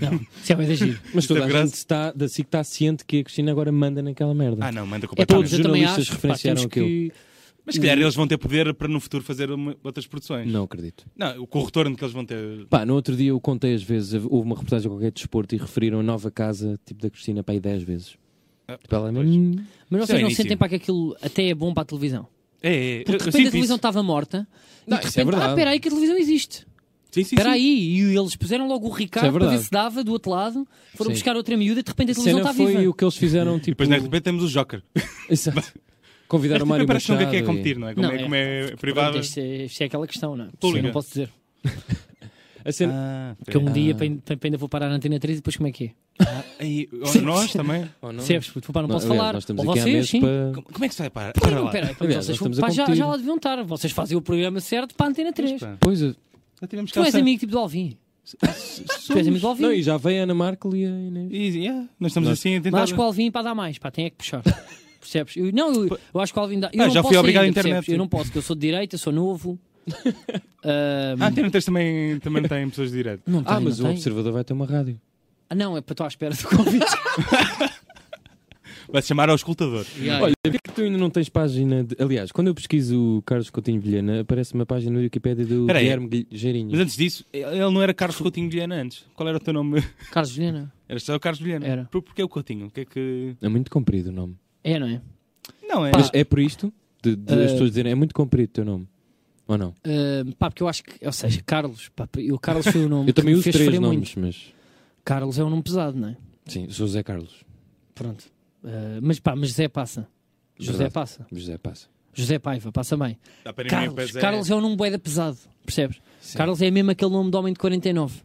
Não, isso é bem giro. Mas Isto toda é a graça. gente está, da SIC está ciente que a Cristina agora manda naquela merda. Ah não, manda É pá, completamente. mas eu também jornalistas acho. Pá, referenciaram temos que Mas se calhar eles vão ter poder para no futuro fazer uma- outras produções. Não acredito. Não, com o retorno que eles vão ter. Pá, no outro dia eu contei às vezes, houve uma reportagem qualquer de desporto e referiram a nova casa, tipo da Cristina, para aí 10 vezes. Ah, Tipo, ela, pois. "Hum, Mas Isso é vocês não início. sentem para que aquilo até é bom para a televisão? É, é, é. eu Porque de repente a sinto televisão isso. estava morta Não, e de isso é repente, ah, verdade. espera aí que a televisão existe. Sim, sim, Espera sim. aí. E eles puseram logo o Ricardo para é verdade. ver se dava do outro lado. Foram Sim. buscar outra miúda e de repente a televisão cena está foi viva. o que eles fizeram, E tipo... <laughs> depois na RTP temos o Joker. Exato. Convidaram RTP o Mário parece que não Machado. vê que é e- competir, não é? Como Não, é, é. como é Pronto, privada. isto, é, isto é aquela questão, não é? Eu Pública. não posso dizer. A cena- Ah, Porque um Ah. dia para ainda- para ainda vou parar na antena 3 e depois como é que é? <laughs> Aí, ou Ah, nós Ah, também. Oh, não? Percebes? Puto, pá, é não posso aliás, falar. Nós estamos Ou aqui há vocês, meses sim. para... Como, como é que se vai parar? Peraí, Para lá. peraí, peraí, Aliás, vocês nós estamos a pá, já, competir. já lá deviam estar. Vocês fazem o programa certo para a antena 3. Mas, pá, Pois, é. Já tivemos Tu és calça. amigo tipo do Alvin. Tu és amigo do Alvin. não, e já veio a Ana Markel e a Inês. E, yeah, nós estamos Nós- assim a tentar. Mas acho que o Alvin para dar mais, pá, tem é que <laughs> puxar. Percebes? Eu, não, eu, eu acho que o Alvin dá. Eu Ah, não já posso fui obrigado à ainda, internet. percebes? Eu não posso, porque eu sou de direita, <laughs> sou novo. Ahm, Ah, a Antena 3 também, também tem pessoas de direito. não tem, Ah, mas não o tem. Observador vai ter uma rádio. Ah, não, é para estou à espera do <laughs> convite. Vai-se chamar ao escultador. Olha, porquê que tu ainda não tens página de... Aliás, quando eu pesquiso o Carlos Coutinho Vilhena, aparece uma página no Wikipédia do Peraí. Guilherme Guil- Geirinho. Mas antes disso, ele não era Carlos Coutinho Vilhena antes. Qual era o teu nome? <laughs> Carlos Vilhena. Era só o Carlos Vilhena. Era. Por, porquê o Coutinho? O que é que. É muito comprido o nome. É, não é? Não, é. Pá. Mas é por isto? De, de Eh, as pessoas dizerem, é muito comprido o teu nome. Ou não? Ahm, pá, porque eu acho que, ou seja, Carlos, pá, o <laughs> Carlos foi o nome. Eu também que me uso fez três sofrer muito. nomes, mas... Carlos é um nome pesado, não é? Sim, sou José Carlos. Pronto. Ah, mas pá, mas José passa. José Verdade. passa. José passa. José Paiva, passa bem. Dá para ninguém Carlos, fazer- Carlos é um nome boeda pesado, percebes? Sim. Carlos é mesmo aquele nome de homem de 49.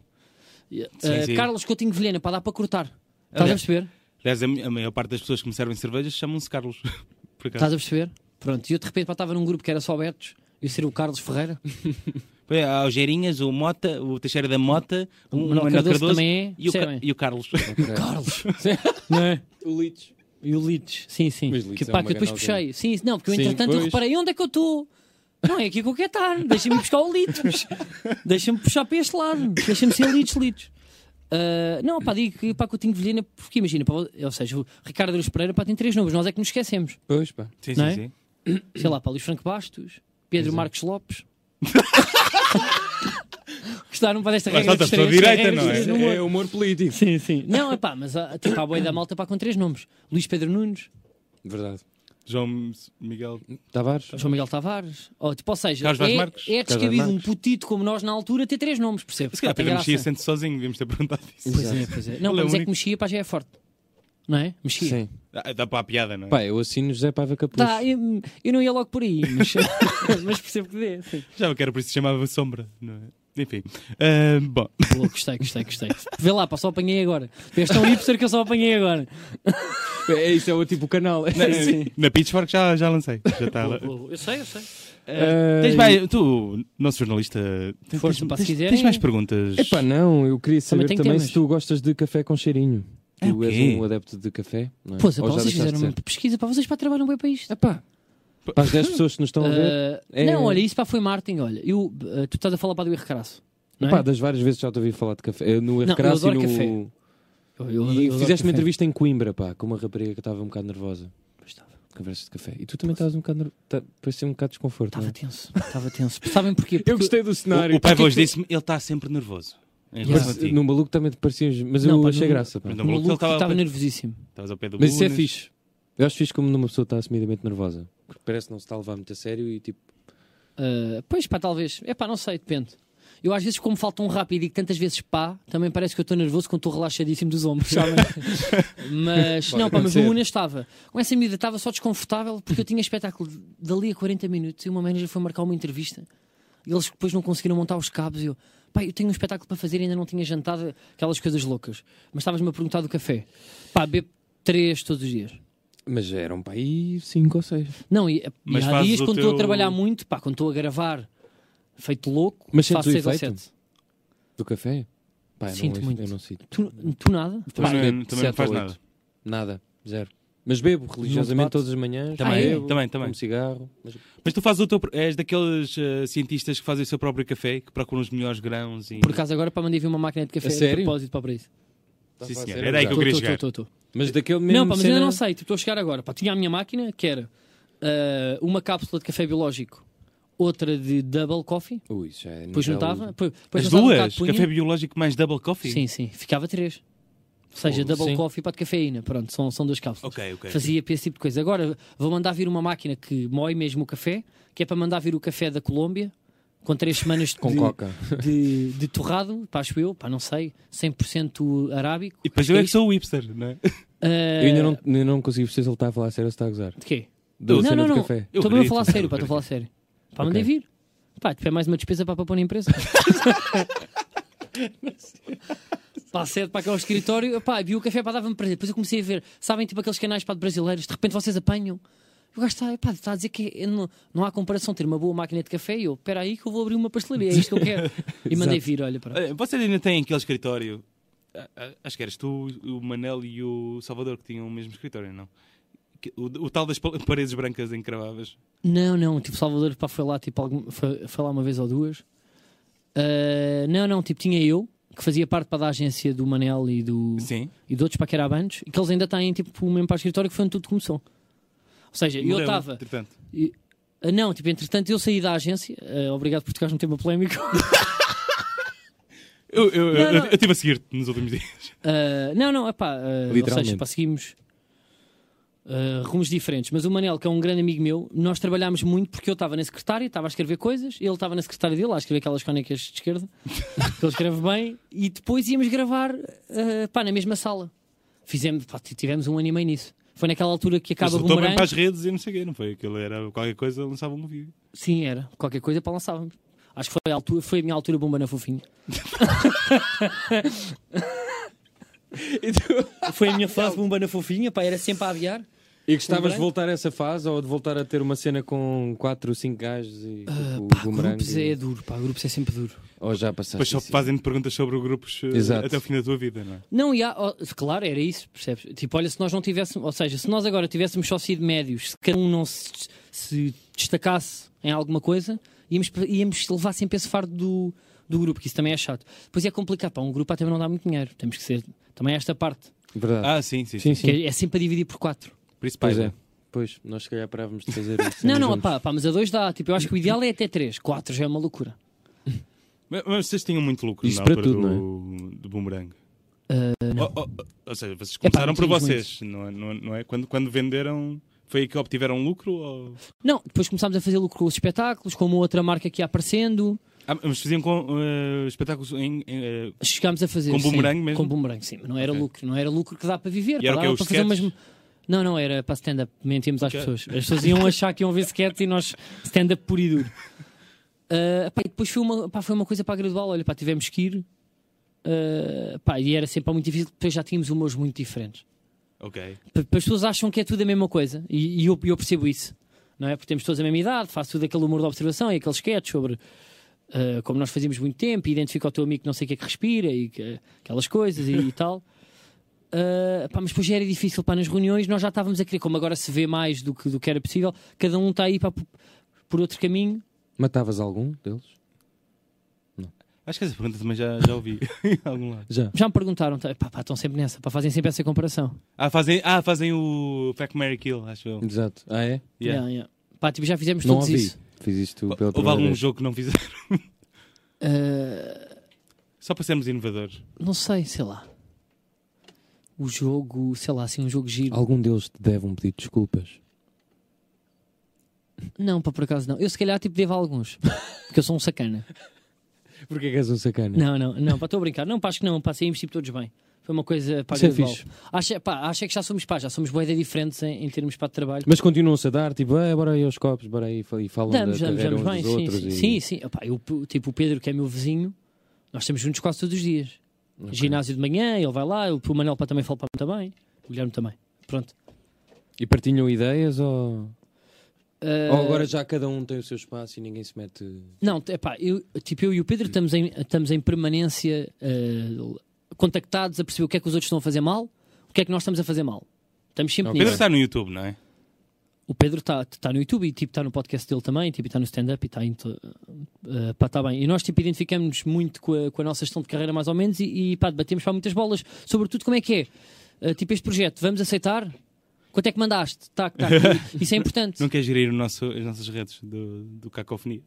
Ah, sim. Carlos Coutinho Vilhena, para dar para cortar. Estás a Aliás- perceber? Aliás, a mi- a maior parte das pessoas que me servem cervejas chamam-se Carlos. <laughs> Por acaso. Estás a perceber? Pronto, e eu de repente pá, estava num grupo que era só Betos, eu seria o Carlos Ferreira, Pois é, Há o Geirinhas, o Mota, o Teixeira da Mota, o o Manuel Cardoso, também é, Um e, o Ca- percebem? e o Carlos. Carlos, <laughs> não é? O Lites. E o Lites, sim, sim. Mas Lites que é pá, uma que eu depois grande puxei. Sim, não, porque eu Sim, entretanto eu pois. reparei, onde é que eu estou? Não é aqui que eu quero estar, deixa-me ir buscar o Litos. deixa-me puxar para este lado, deixa-me ser Litos, Litos. Ah, não, pá, digo que pá, Coutinho Vilhena, porque imagina, pá, ou seja, o Ricardo Aruz Pereira pá, tem três nomes, nós é que nos esquecemos. Pois, pá. Sim, Não é? sim. Sei lá, pá, Luís Franco Bastos, Pedro Marcos Lopes. <laughs> Gostaram para desta Lá regra está, dos estou à três? direita, regra não dos é? três no humor. humor político. Sim, sim. Não, é pá, mas há, tipo, há a boi da malta pá, com três nomes: Luís Pedro Nunes, Verdade. João Miguel. Tavares? João Miguel Tavares. Ou, tipo, ou seja, Carlos Vaz Marques. é, é descabido Carlos um Marques. putito como nós na altura ter três nomes, percebes? Se calhar Pá, tem Pedro Mexia é graça. sente sozinho, devíamos ter perguntado isso. Pois é, pois é. Não, Ele é mas é único. que mexia, pá, já é forte. Não é? Mexia. Sim. Dá, dá para a piada, não é? Pá, eu assino José Paiva Capucho. Tá, eu, eu não ia logo por aí, mas, <laughs> mas percebo que dê. Sim. Já que era por isso que se chamava Sombra, não é? Enfim. Ah, <laughs> bom, Boa, gostei, gostei, gostei. Vê lá, pá, só apanhei agora. é Deves tão hipster que eu só apanhei agora. É, isso é o tipo canal. <laughs> Sim. na Pitchfork já, já lancei. Já está lá. Eu sei, eu sei. Eh, Tens mais, tu, nosso jornalista, tens, Força, tens- pá, se tens- quiserem. tens mais perguntas? Epá, não, eu queria saber tem também, temas. se tu gostas de café com cheirinho. É tu o quê? és um adepto de café, não é? Pois, pá, Ou já vocês deixaste fizeram de uma pesquisa, para vocês para trabalham bem para isto. ser? É, Epá, para as 10 pessoas que nos estão a ver, Ah, É. Não, olha, isso pá, foi Martin. Olha, eu, ah, tu estás a falar para do Irrecraço. Não é? Epá, das várias vezes que já te ouvi falar de café. eh, No eu Recraço e adoro no... café. Eu- eu- eu e adoro fizeste uma café. entrevista em Coimbra, pá, com uma rapariga que estava um bocado nervosa. Conversas de café. E tu também estavas um bocado nervosa. Parecia um bocado de desconforto, não Estava é? tenso, estava tenso. Sabem porquê? Porque- do o, o pai Porque é hoje tu- disse-me, ele está sempre nervoso. Em Yeah. relação a ti. No maluco também te parecias, mas Não, eu pá, achei no- graça, pá. Mas O no maluco maluco ele estava estava ao pé- nervosíssimo. estavas ao pé do Mas isso é Bunas. fixe. Eu acho fixe como numa pessoa está assumidamente nervosa. Porque parece que não se está a levar muito a sério e tipo. Ah, pois pá, talvez. É pá, não sei, depende. Eu às vezes, como falta um rápido e digo tantas vezes pá, também parece que eu estou nervoso quando estou relaxadíssimo dos ombros, sabem? <laughs> mas, Pode não, pá, mas no acontecer. Una estava. Com essa medida estava só desconfortável porque eu tinha espetáculo dali a 40 minutos e uma manager foi marcar uma entrevista e eles depois não conseguiram montar os cabos. E eu, pá, eu tenho um espetáculo para fazer e ainda não tinha jantado, aquelas coisas loucas. Mas estavas-me a perguntar do café. Pá, bebo três todos os dias. Mas eram para aí 5 ou 6. Não, e, e Mas há fazes dias o quando estou teu- a trabalhar muito, pá, quando estou a gravar feito louco, Mas sentes faço o 6 ou efeito? 7. Do café? Pá, eu Sinto não, muito. Eu não sinto. Tu, tu nada? Também Pá, não- é, de também não sete faz a oito. nada. Nada, zero. Mas bebo religiosamente bate? todas as manhãs. é Também, bebo, também, também. Como cigarro. Mas... Mas tu fazes o teu. pr- És daqueles eh, cientistas que fazem o seu próprio café, que procuram os melhores grãos e. Por acaso agora para mandei vir uma máquina de café A sério? de propósito para isso. Sim, Tá a senhor. fazer Era aí que eu agora. queria Estou, chegar. estou, estou. Eh, Mas daquele mesmo. Não, pá, mas cena... ainda não sei, tipo, estou a chegar agora. Pá, tinha a minha máquina que era ah, uma cápsula de café biológico, outra de double coffee, Ui, já é depois juntava. Depois, depois As juntava um duas? bocado, punha- café biológico mais double coffee? Sim, sim, ficava três. Ou seja, Fogo, double sim. coffee para de cafeína. Pronto, são, são duas cápsulas. Ok, ok. Fazia para esse tipo de coisa. Agora vou mandar vir uma máquina que moe mesmo o café, que é para mandar vir o café da Colômbia, com três semanas de, <laughs> Com coca. de, de torrado, pá, acho eu, pá, não sei, 100% arábico. E depois Acho eu que é é que sou o hipster, não é? Ah, Eu ainda não, ainda não consegui perceber se ele está a falar sério ou se está a gozar. De quê? Da não, cena não, do não. café. Eu Estou mesmo a acredito, falar eu sério, pá, estou a falar sério. Pá, mandei vir. Pá, tipo, é mais uma despesa para, para pôr <laughs> na empresa. Pá, cedo para cá ao escritório, pá, vi o café, pá, dava-me prazer. Depois eu comecei a ver, sabem, tipo aqueles canais para de brasileiros, de repente vocês apanham. O gajo está, pá, está a dizer que é- não, não há comparação ter uma boa máquina de café e eu, espera aí que eu vou abrir uma pastelaria, é isto que eu quero. E mandei vir, olha, para. <laughs> Olha, Vocês ainda têm aquele escritório. a- a- Acho que eras tu, o Manel e o Salvador que tinham o mesmo escritório, não? Que- O, o tal das pa- paredes brancas encravavas. Não, não, tipo, Salvador pá, foi lá, tipo, algum- foi, foi lá uma vez ou duas. Ah, não, não, tipo, tinha eu, que fazia parte para da agência do Manel e do Sim. e de outros para que era abandos, e que eles ainda têm tipo o mesmo para o escritório que foi onde tudo começou. Ou seja, eu Mudou, estava. Entretanto. e- ah, Não, tipo, entretanto eu saí da agência. ah, obrigado por tocares num tema polémico. Eu, eu, Não, eu- não. eu estive a seguir-te nos últimos dias. Ah, não, não, é pá. ou Literalmente. seja, pá, seguimos ah, rumos diferentes. Mas o Manel, que é um grande amigo meu, nós trabalhámos muito porque eu estava na secretária, estava a escrever coisas, ele estava na secretária dele, a escrever aquelas cónicas de esquerda, <laughs> que ele escreve bem, e depois íamos gravar ah, pá, na mesma sala. Fizemos, pá, t- tivemos um ano e meio nisso. Foi naquela altura que acaba Mas o Estou bem bumerangue. para as redes e não sei o quê, não foi? Aquilo era qualquer coisa, lançavam um vídeo. Sim, era. Qualquer coisa para lançávamos. Acho que foi a, altura, foi a minha altura bomba na fofinha. <laughs> E, tu- Foi a minha fase bomba na fofinha, pá, era sempre a aviar. E gostavas de Boomerang? voltar a essa fase ou de voltar a ter uma cena com 4 ou 5 gajos e tipo, Pá, boomerang grupos e- é duro, pá, grupos é sempre duro. Ou já passaste Depois só isso? fazem-te perguntas sobre grupos eh, Ah, Exato. até o fim da tua vida, não é? Não, e há, ó, claro, era isso, percebes? Tipo, olha, se nós não tivéssemos, ou seja, se nós agora tivéssemos só sido médios, se cada um não se, se destacasse em alguma coisa, íamos, íamos levar sempre esse fardo do, do grupo, que isso também é chato. Pois é complicado, pá, um grupo até não dá muito dinheiro, temos que ser. Também esta parte, Verdade. Ah, sim, sim. sim. sim, sim. que é, é sempre a dividir por quatro. Por isso, Pois paiva. é. Pois, nós se calhar parávamos de fazer isso. Não, não, pá, pá, mas a dois dá, tipo, eu acho que o ideal é até três, quatro já é uma loucura. Mas, mas vocês tinham muito lucro Isso na para altura tudo, do, do boomerang. Ou, ou- ou seja, vocês Epá, começaram não por tínhamos vocês, não é? Não, é- não é? Quando, quando venderam, foi aí que obtiveram lucro? Ou... Não, depois começámos a fazer lucro com os espetáculos, com uma outra marca que ia aparecendo. Ah, mas faziam com, eh, espetáculos em, em, eh, Chegámos a fazer. Com sim, boomerang mesmo? Com boomerang, sim. Mas não era Ok. lucro. Não era lucro que dá para viver. E era o pá, quê, dava os para fazer umas- sketches? Não, não, era para stand-up. Mentíamos Ok. às pessoas. As pessoas iam achar que iam ver sketch e nós stand-up puro e duro. Ah, pá, e depois foi uma, pá, foi uma coisa para a gradual. Olha, pá, tivemos que ir. Ah, pá, e era sempre pá, muito difícil. Depois já tínhamos humores muito diferentes. Ok. P- p- As pessoas acham que é tudo a mesma coisa e, e eu, eu percebo isso, não é? Porque temos todos a mesma idade, faço tudo aquele humor de observação e aqueles sketches sobre ah, como nós fazíamos muito tempo, e identifica o teu amigo que não sei o que é que respira e que- aquelas coisas e, e tal. <laughs> Ah, pá, mas depois já era difícil pá, nas reuniões, nós já estávamos a querer, como agora se vê mais do que, do que era possível, cada um está aí pá, por- por outro caminho. Matavas algum deles? Acho que essa pergunta também já, já ouvi <laughs> em algum lado. Já. Já me perguntaram, tá, pá, pá, estão sempre nessa, pá, fazem sempre essa comparação. Ah, fazem, ah, fazem o Fact Mary Kill, acho eu. Exato. Ah, é? Yeah. Yeah, yeah. Pá, tipo, já fizemos Não todos ouvi. isso. Fiz isto pela Houve primeira algum vez. jogo que não fizeram? <laughs> Ah, Só para sermos inovadores. Não sei, sei lá. O jogo, sei lá, assim, um jogo giro. Algum deles te deve um pedido de desculpas? Não, para por acaso não. Eu se calhar tipo devo <laughs> a alguns. Porque eu sou um sacana. Porquê que és um sacana? Não, não, não, para estou a brincar. Não, pá, acho que não, pá, saímos tipo todos bem. Foi uma coisa para Isso é gradual. fixe. Acho, pá, acho é que já somos pá, já somos boeda diferentes em, em termos para de trabalho. Mas continuam-se a dar, tipo, ah, bora aí aos copos, bora aí, e falam Damos, da damos, carreira damos uns bem, dos sim, outros. sim, e... sim, sim. Opá, eu, tipo, o Pedro, que é meu vizinho, nós estamos juntos quase todos os dias. Ginásio de manhã, ele vai lá, o Manel pá, também fala para mim também, o Guilherme também. Pronto. E partilham ideias ou... Ah, ou agora já cada um tem o seu espaço e ninguém se mete... Não, é pá, eu, tipo, eu e o Pedro estamos em, estamos em permanência eh, contactados a perceber o que é que os outros estão a fazer mal, o que é que nós estamos a fazer mal. Estamos sempre O Pedro nisso. está no YouTube, não é? O Pedro está está no YouTube e tipo, está no podcast dele também, tipo, está no stand-up e está em to- eh, pá, está bem. E nós tipo, identificamos muito com a, com a nossa gestão de carreira, mais ou menos, e, e pá, debatemos para muitas bolas, sobretudo como é que é. Eh, tipo, este projeto, vamos aceitar? Quanto é que mandaste? Tac, tac. <laughs> E- Isso é importante. Não quer gerir o nosso- as nossas redes do, do Cacofonia.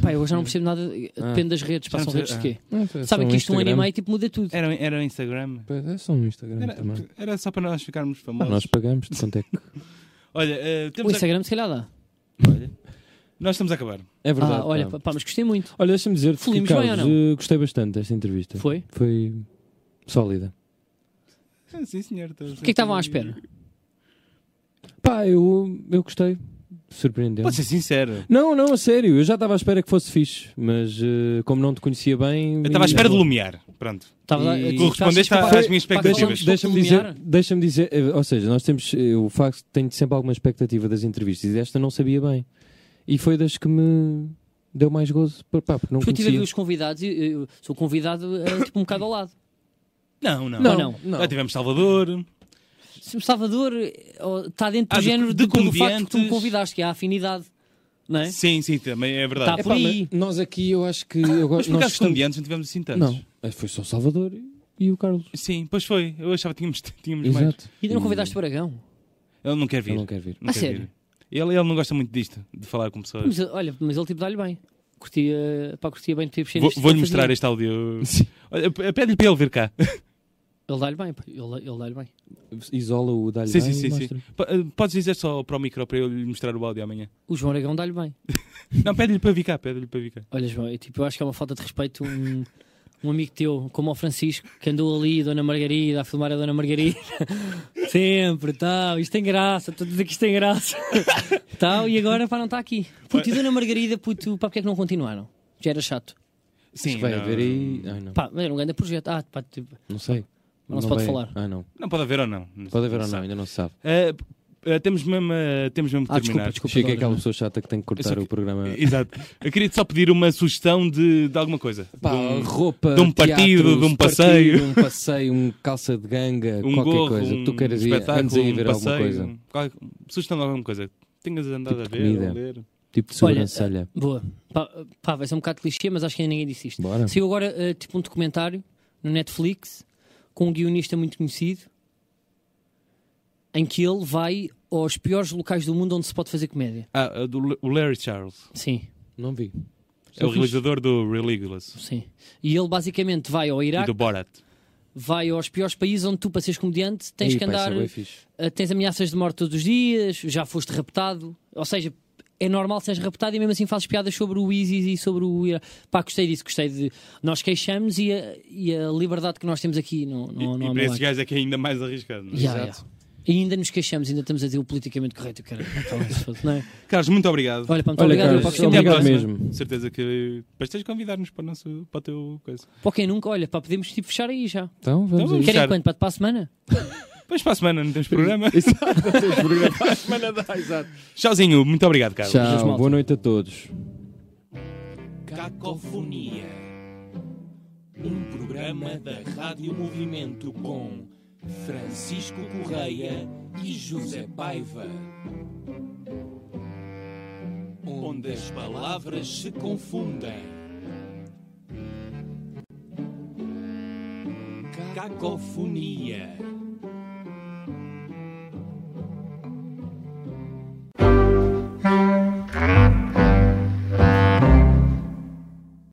Pá, eu já não percebo nada. eh, Depende das redes. Ah. Já não Passam redes de percebo- ah, quê? Não, é só Sabem um que isto é um Instagram. anime e tipo muda tudo. Era, era o Instagram. Pois, É só um Instagram Era, também. era só para nós ficarmos Ah, famosos. nós pagamos de quanto é que. Olha, eh, O temos a- Instagram, se calhar dá. Olha, nós estamos a acabar. É verdade. Ah, olha, pá. pá, pá, mas gostei muito. Olha, deixa-me dizer que Fluímos bem Carlos, ou não? eh, gostei bastante desta entrevista. Foi? Foi sólida. Ah, Sim, senhor. O que que é que estavam à espera? Pá, eu, eu gostei. Surpreendeu. Pode ser sincero. Não, não, a sério. Eu já estava à espera que fosse fixe, mas eh, como não te conhecia bem. Eu estava à espera de Lumiar. Pronto. Estava E- tu Tu respondeste achas que a- foi- às minhas pá, expectativas. falamos Deixa-me pouco deixa dizer, do deixa Lumiar. dizer, eh, ou seja, nós temos eh, o facto de tenho sempre alguma expectativa das entrevistas e esta não sabia bem. E foi das que me deu mais gozo, pá, pá, porque não um Porque eu tive a ver conhecia. os convidados e eh, eu sou convidado eh, tipo um bocado ao lado. Não, não. Não, não. Já tivemos Salvador. Se o Salvador eh, oh, está dentro do Ah, de- género de de, pelo facto que tu comediantes. me convidaste, que há afinidade. Não é? Sim, sim, também é verdade. Tá. É por pá, mas aí. Nós aqui, eu acho <coughs> que. Eu Mas gosto, por nós acaso comediantes não tivemos assim tantos. Não, eh, foi só o Salvador e, e o Carlos. Sim, pois foi. Eu achava que tínhamos, tínhamos mais. Exato. E ainda não convidaste o Aragão. Ele não quer Eu vir. não quero vir. Não A quer sério? vir. Ele, ele não gosta muito disto, de falar com pessoas. Mas, eh, olha, mas ele tipo dá-lhe bem. Curtia, pá, curtia bem de ter Vou- Vou-lhe assim. mostrar este áudio. Olha, p- Pede-lhe para ele vir cá. Ele dá-lhe bem, pá. Ele, ele dá-lhe bem. Isola o dá-lhe Sim, bem sim, sim. e sim. mostra. P- eh, Podes dizer só para o micro para eu lhe mostrar o áudio amanhã. O João Aragão dá-lhe bem. Não, pede-lhe para vir cá, pede-lhe para vir cá. Olha, João, eu, tipo, eu acho que é uma falta de respeito um, um amigo teu, como o Francisco, que andou ali, Dona Margarida, a filmar a Dona Margarida. <laughs> Sempre, tal. Isto tem graça, estou a dizer que isto tem graça. <laughs> tal, e agora, pá, não está aqui. Puto, e Dona Margarida, puto, pá, porque é que não continuaram? Já era chato. Sim, Vai não- haver aí. Ai, não. Pá, era um grande projeto. Ah, pá, tipo, Não sei. Não se pode vai- falar. Ah, não. Não pode haver ou não. Não Pode haver ou sei. não, ainda não se sabe. Eh, p- eh, temos mesmo, eh, temos mesmo que ah, terminar. desculpa, desculpa. Chico é Dona. aquela pessoa chata que tem que cortar Eu só o programa. Exato. Eu queria só pedir uma sugestão de, de alguma coisa. Pá, de um, roupa, de um teatro, partido, de um partido, passeio. um passeio, um calça de ganga, um qualquer gorro, coisa. um tu queiras ir, andes espetáculo, aí um ver passeio. alguma coisa. qualquer- sugestão de alguma coisa. Tenhas andado Tipo a ver, comida. a ler. Tipo de Olha, sobrancelha. Boa. Pá, pá, vai ser um bocado clichê, mas acho que ainda ninguém disse isto. Bora. Saiu agora eh, tipo um documentário no Netflix com um guionista muito conhecido em que ele vai aos piores locais do mundo onde se pode fazer comédia. Ah, eh, do L- o Larry Charles. Sim, Não vi. é o realizador do Religulous sim. E ele basicamente vai ao e Iraque, do Borat. vai aos piores países onde tu, para seres comediante, tens Ih, que pá, isso é andar. bué fixe. eh, tens ameaças de morte todos os dias, já foste raptado. Ou seja, é normal seres raptado e mesmo assim fazes piadas sobre o ISIS e sobre o Iraque. Pá, gostei disso, gostei de. Nós queixamos e a, e a liberdade que nós temos aqui não, E, não, e não há para esses milagre. gajos é que é ainda mais arriscado. não é? Yeah, yeah. E ainda nos queixamos, ainda estamos a dizer o politicamente <laughs> correto. Caralho, Tá bem, se fosse, não é? Carlos, muito obrigado. Olha, pá, muito Olha, obrigado. Carlos, pá, é gostei Até à muito. É, obrigado próxima. mesmo. Certeza que depois tens de convidar-nos para, o nosso, para o teu coisa. Para quem nunca, olha, pá, podemos tipo, fechar aí já. Então, vamos Então a isso. Querem fechar. quanto? Pá, para a semana? Depois para a semana não temos programa. Exato, temos programa. <laughs> Tchauzinho, muito obrigado, Carlos. Deus, Tchau, malta. boa noite a todos. Cacofonia. Um programa da Rádio Movimento com Francisco Correia e José Paiva. Onde as palavras se confundem. Cacofonia.